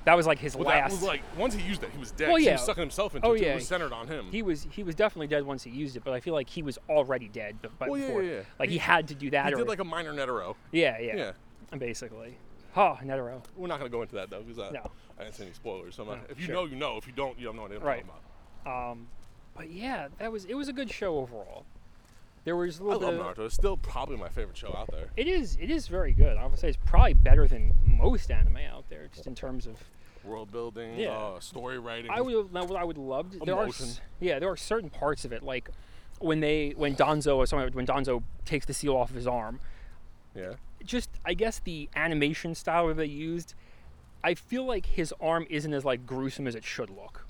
that was like his
But
last
that was like, once he used it, he was dead.
Well,
She
yeah.
was sucking himself into
Oh,
it. too.
yeah.
It was centered on him.
he was he was definitely dead once he used it but I feel like he was already dead but, but
Well, yeah,
before
yeah, yeah.
like he,
He-
had to do that
He
or
did like a minor Netero.
yeah, yeah
Yeah.
basically oh Netero
We're not going to go into that though, because I,
No.
I didn't see any spoilers. So I'm not,
No,
if you
sure.
know, you know. If you don't, you don't know what I'm
Right.
talking about.
um but yeah that was it was a good show overall there was a little
I
bit
love
of,
Naruto. It's still probably my favorite show out there.
it is it is very good I would say it's probably better than most anime out there just in terms of
World building,
Yeah.
uh, story writing.
I would now what I would love to, there are
Emotion.
s- yeah there are certain parts of it like when they when Donzo or something when Donzo takes the seal off of his arm
yeah.
just I guess the animation style that they used I feel like his arm isn't as like gruesome as it should look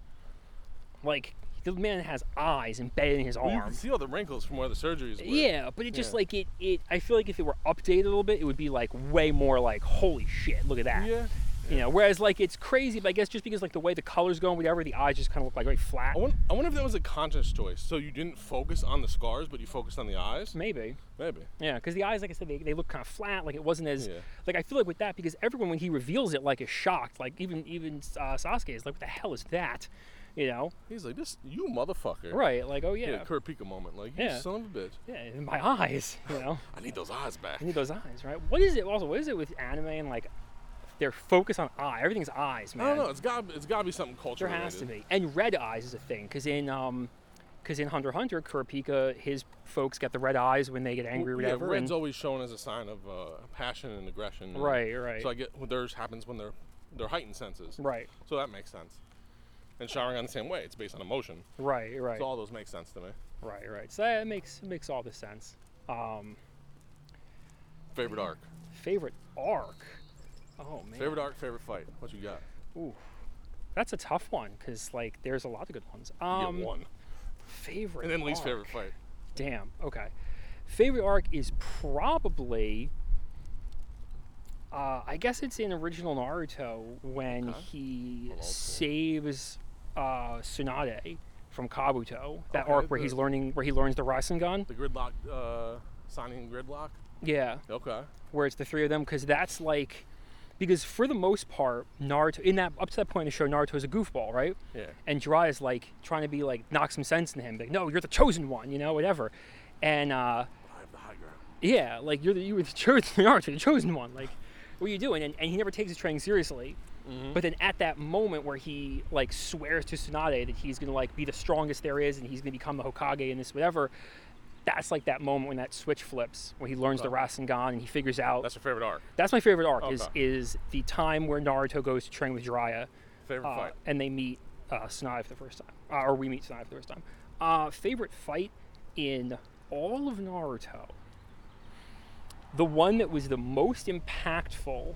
like the man has eyes embedded in his
Well, you
arm
can see all the wrinkles from where the surgeries were.
yeah but it just
yeah.
like it it I feel like if it were updated a little bit it would be like way more like holy shit look at that
Yeah.
You know, whereas like it's crazy, but I guess just because like the way the colors go and whatever, the eyes just kind of look like very flat.
I wonder, I wonder if that was a conscious choice. So you didn't focus on the scars, but you focused on the eyes.
Maybe.
Maybe.
Yeah, because the eyes, like I said, they, they look kind of flat. Like it wasn't as
Yeah.
like I feel like with that because everyone when he reveals it like is shocked. Like even even uh, Sasuke is like, what the hell is that? You know,
He's like, this, you motherfucker.
right? Like oh
Yeah,
yeah,
Kurt Pika moment. Like, you
Yeah.
son of a bitch.
yeah, and my eyes. You know,
I need those eyes back.
I need those eyes, right? What is it also? What is it with anime and like their focus on eye? Everything's eyes, man.
I don't know. It's got it's got to be something
There
cultural.
has to be. And red eyes is a thing because in um, because in Hunter x Hunter, Kurapika, his folks get the red eyes when they get angry, or
yeah,
whatever.
red's
and-
always shown as a sign of uh, passion and aggression. and-
Right, right.
So I get well, theirs happens when they're they're heightened senses.
right,
So that makes sense. And Sharingan the same way. It's based on emotion.
right, right,
So all those make sense to me.
right, right. So that makes makes all the sense. Um,
Favorite arc.
favorite arc. Oh man,
Favorite arc. Favorite fight. What you got?
Ooh, that's a tough one because like there's a lot of good ones.
You
Um,
get one.
favorite
And then least
arc.
favorite fight.
Damn. Okay. Favorite arc is probably. Uh, I guess it's in original Naruto when
Okay.
he
old school.
saves uh, Tsunade from Kabuto. That
Okay,
arc where he's
the-
learning, where he learns the Rasengan.
The gridlock. Uh, signing gridlock.
Yeah,
Okay.
where it's the three of them because that's like, because for the most part, Naruto in that up to that point in the show, Naruto's a goofball, right?
Yeah.
and Jiraiya is like trying to be like knock some sense in him, like no, you're the chosen one, you know, whatever. And uh,
I have the high ground.
yeah, like you're the you were the chosen Naruto, the chosen one. Like, what are you doing? And, and he never takes his training seriously.
Mm-hmm.
But then at that moment where he like swears to Tsunade that he's gonna like be the strongest there is and he's gonna become the Hokage and this whatever, that's like that moment when that switch flips where he learns the Rasengan and he figures out.
That's your favorite arc.
That's my favorite arc is
Okay.
is the time where Naruto goes to train with Jiraiya
Favorite
uh,
fight.
and they meet uh, Snai for the first time, uh, or we meet Snai for the first time. Uh, favorite fight in all of Naruto. The one that was the most impactful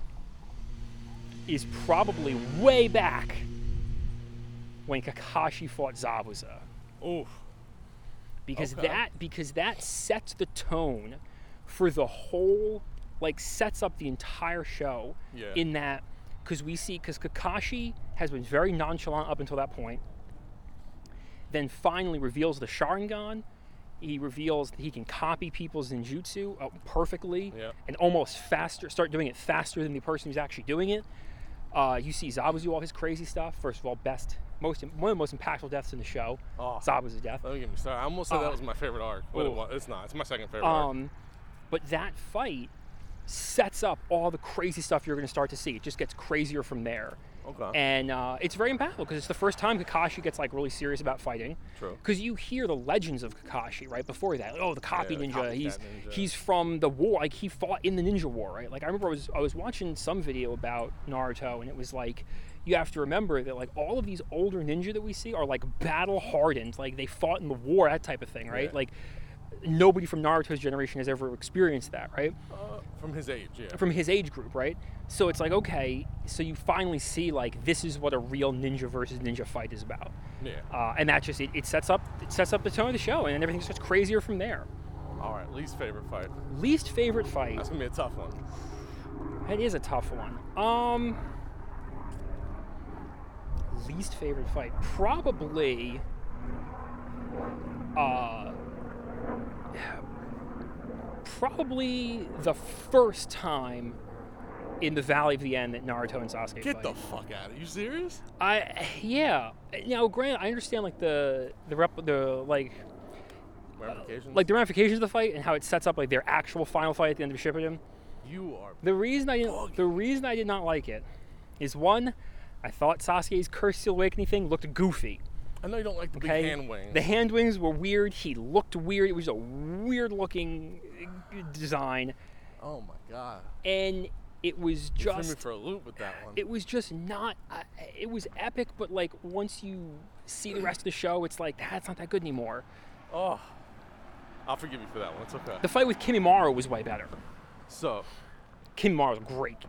is probably way back when Kakashi fought Zabuza
Oof.
because
Okay.
that because that sets the tone for the whole like sets up the entire show
Yeah.
in that because we see because kakashi has been very nonchalant up until that point then finally reveals the sharingan he reveals that he can copy people's ninjutsu uh, perfectly
Yeah.
and almost faster start doing it faster than the person who's actually doing it uh, you see Zabuza do all his crazy stuff first of all best most one of the most impactful deaths in the show
Oh.
Zabuza's death
Don't get me started. I almost said
Uh,
that was my favorite arc, but it
oof.
wa- it's not. It's my second favorite arc.
Um, but that fight sets up all the crazy stuff you're going to start to see. It just gets crazier from there.
Okay.
And uh, it's very impactful because it's the first time Kakashi gets like really serious about fighting.
True.
Because you hear the legends of Kakashi right before that. Like, oh, the copy
Yeah, the
ninja.
copycat
he's
ninja.
he's from the war. Like he fought in the ninja war, right? Like I remember I was I was watching some video about Naruto, and it was like you have to remember that like all of these older ninja that we see are like battle hardened. Like they fought in the war, that type of thing, right?
Yeah.
Like nobody from Naruto's generation has ever experienced that, right?
Uh, from his age, yeah.
from his age group, right? So it's like, okay, so you finally see like this is what a real ninja versus ninja fight is about,
yeah.
uh, and that just it, it sets up it sets up the tone of the show, and then everything just gets crazier from there.
All right. Least favorite fight.
Least favorite fight.
That's gonna be a tough one.
That is a tough one. Um, least favorite fight probably. Uh, probably the first time in the Valley of the End that Naruto and Sasuke
Get
fight.
the fuck out of you serious?
I yeah. Now, Grant, I understand like the the rep the like
Ramifications.
like the ramifications of the fight and how it sets up like their actual final fight at the end of Shippuden.
you are.
The reason I didn't
Buggy.
the reason I did not like it is one, I thought Sasuke's Curse Seal Awakening thing looked goofy.
I know you don't like the
Okay.
big hand wings.
The hand wings were weird. He looked weird. It was a weird looking uh, design,
oh my god.
and it was
You threw me
just
for a loop with that one.
it was just not I- it was epic but like once you see the rest of the show it's like that's not that good anymore
oh. I'll forgive you for that one. It's okay.
the fight with kimimaro was way better
so
kimimaro was great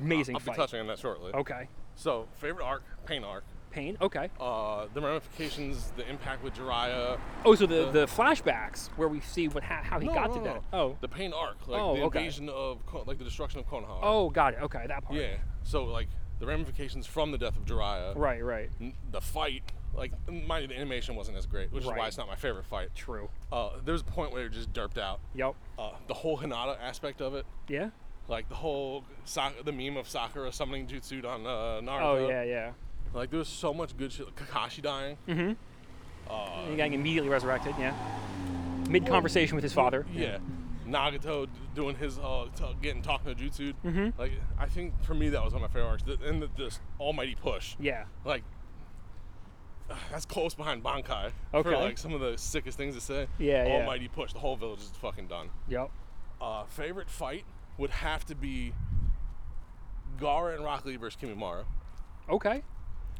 amazing
I'll be
fight
touching on that shortly.
okay
So favorite arc, pain arc.
pain okay
Uh, the ramifications, the impact with Jiraiya.
oh so the, the flashbacks where we see what ha- how he
Uh-huh. No,
got
no,
to
no.
that oh
The pain arc, like
Oh,
the
okay.
invasion of, Ko- like the destruction of Konoha.
oh got it Oh, okay that part
Yeah. So like the ramifications from the death of Jiraiya,
Right, right.
n- the fight. Like, mind you, the animation wasn't as great, which is
Right.
why it's not my favorite fight.
True.
Uh, there was a point where it just derped out.
Yep.
Uh, the whole Hinata aspect of it,
Yeah.
like the whole Sak- the meme of Sakura summoning Jutsu on uh, Naruto.
Oh yeah, Mm-hmm. yeah.
Like there was so much good shit. Like Kakashi dying.
He got immediately resurrected. Yeah. Mid conversation with his father.
Yeah. Nagato d- doing his uh, t- getting talking to Jutsu.
Mm-hmm.
Like I think for me that was one of my favorite arcs. Th- And the, this almighty push.
Yeah.
Like that's close behind Bankai for
Okay.
like some of the sickest things to say.
Yeah, yeah.
Almighty push. The whole village is fucking done.
Yep.
Uh, favorite fight would have to be Gara and Rock Lee versus Kimimaro.
Okay.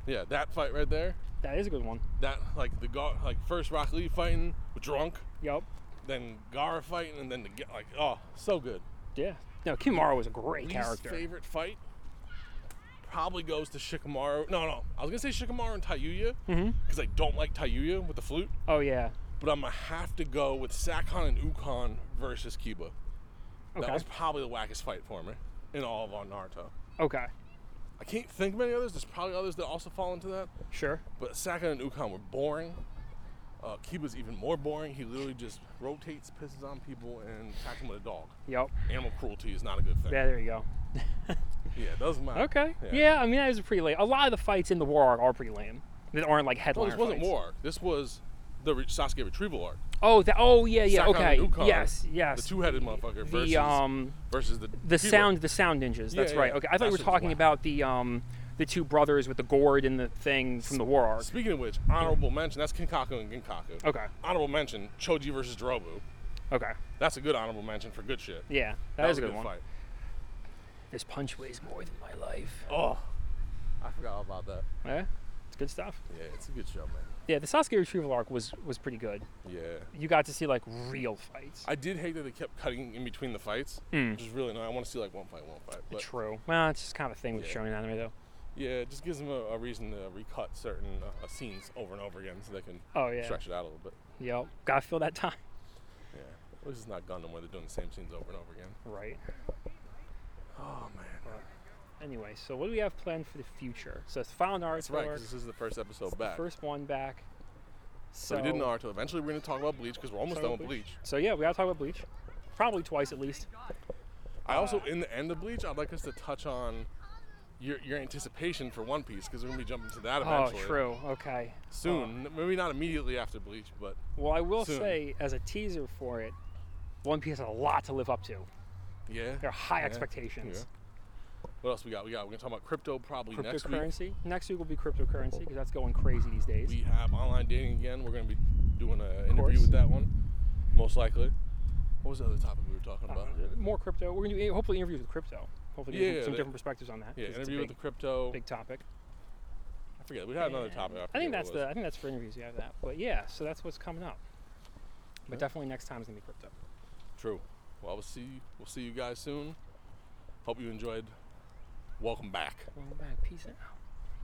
Yeah, that fight right there.
That is a good one.
That like the Gar- like first Rock Lee fighting with drunk,
Yep.
then Gara fighting, and then the Ga- like oh so good.
Yeah. No, Kimura was a great
Least
character.
favorite fight probably goes to Shikamaru. No, no, I was gonna say Shikamaru and Tayuya
Mm-hmm.
because I don't like Tayuya with the flute,
Oh yeah.
but I'm gonna have to go with Sakon and Ukon versus Kiba. That
Okay.
was probably the wackest fight for me in all of our Naruto.
Okay.
I can't think of any others. There's probably others that also fall into that,
Sure.
but Sakon and Ukon were boring. Uh, Kiba's even more boring. He literally just rotates, pisses on people, and attacks them with a dog.
Yep.
Animal cruelty is not a good thing.
Yeah, there you go.
Yeah, those are my
Okay. Yeah. I mean that is pretty lame. A lot of the fights in the war arc are pretty lame. That aren't like
Well,
headline
this wasn't
fights.
war arc. This was the re- Sasuke retrieval arc.
Oh, that. Oh yeah, yeah.
Sakon
okay.
and Ukon,
yes, yes.
The two-headed motherfucker
The,
versus
um
versus the
the
Kiba.
sound the sound ninjas. That's
yeah,
right.
yeah.
Okay. I thought
That
you were
shit was
talking
whack.
about the um the two brothers with the gourd and the thing from the war arc.
Speaking of which, honorable mention. That's Kinkaku and Ginkaku.
Okay.
Honorable mention: Choji versus Dorobu.
Okay.
That's a good honorable mention for good shit.
Yeah.
That
that is
was
a good, one.
fight.
This punch weighs more than my life.
Oh, I forgot all about that.
Yeah. It's good stuff.
Yeah, it's a good show, man.
Yeah, the Sasuke retrieval arc was was pretty good.
Yeah.
You got to see like real fights.
I did hate that they kept cutting in between the fights,
Hmm.
which is really annoying. I want to see like one fight, one fight. But
True. Well, it's just kind of a thing with
Yeah.
shonen anime though.
yeah, it just gives them a, a reason to recut certain uh, scenes over and over again, so they can
Oh yeah.
stretch it out a little bit.
Yep. Gotta fill that time.
Yeah. At least it's not Gundam where they're doing the same scenes over and over again.
Right.
Oh man.
Anyway, so what do we have planned for the future? So it's final Naruto
That's right,
arc,
because this is the first episode back.
first one back. So,
so we did Naruto. Eventually we're gonna talk about Bleach because we're almost
Talk
done
about
with Bleach.
So yeah, we gotta talk about Bleach, probably twice at least.
I
Uh.
also in the end of Bleach I'd like us to touch on your, your anticipation for One Piece because we're gonna be jumping to that
Oh,
eventually.
true. Okay.
Soon. N- Maybe not immediately after Bleach, but
Well, I will
Soon.
say as a teaser for it, One Piece has a lot to live up to.
yeah.
There are high
yeah,
expectations.
yeah. What else we got? We got we're gonna talk about crypto probably next week.
Cryptocurrency. Next week will be cryptocurrency because that's going crazy these days.
We have online dating again. We're gonna be doing an interview
course.
with that one. Most likely. What was the other topic we were talking
Uh,
about?
more crypto. We're gonna do eh, hopefully interviews with crypto. Hopefully, get
Yeah,
some-
yeah,
some
that-
different perspectives on that.
Yeah,
'cause it's a
interview with
big-
the crypto.
big topic.
I forget. We had another topic.
I think
forget what
that's
it
the.
was.
I think that's for interviews. You have that, but yeah. So that's what's coming up. But definitely next time is gonna be crypto.
true. Well, we'll see. We'll see you guys soon. Hope you enjoyed. Welcome back.
Going back, peace out.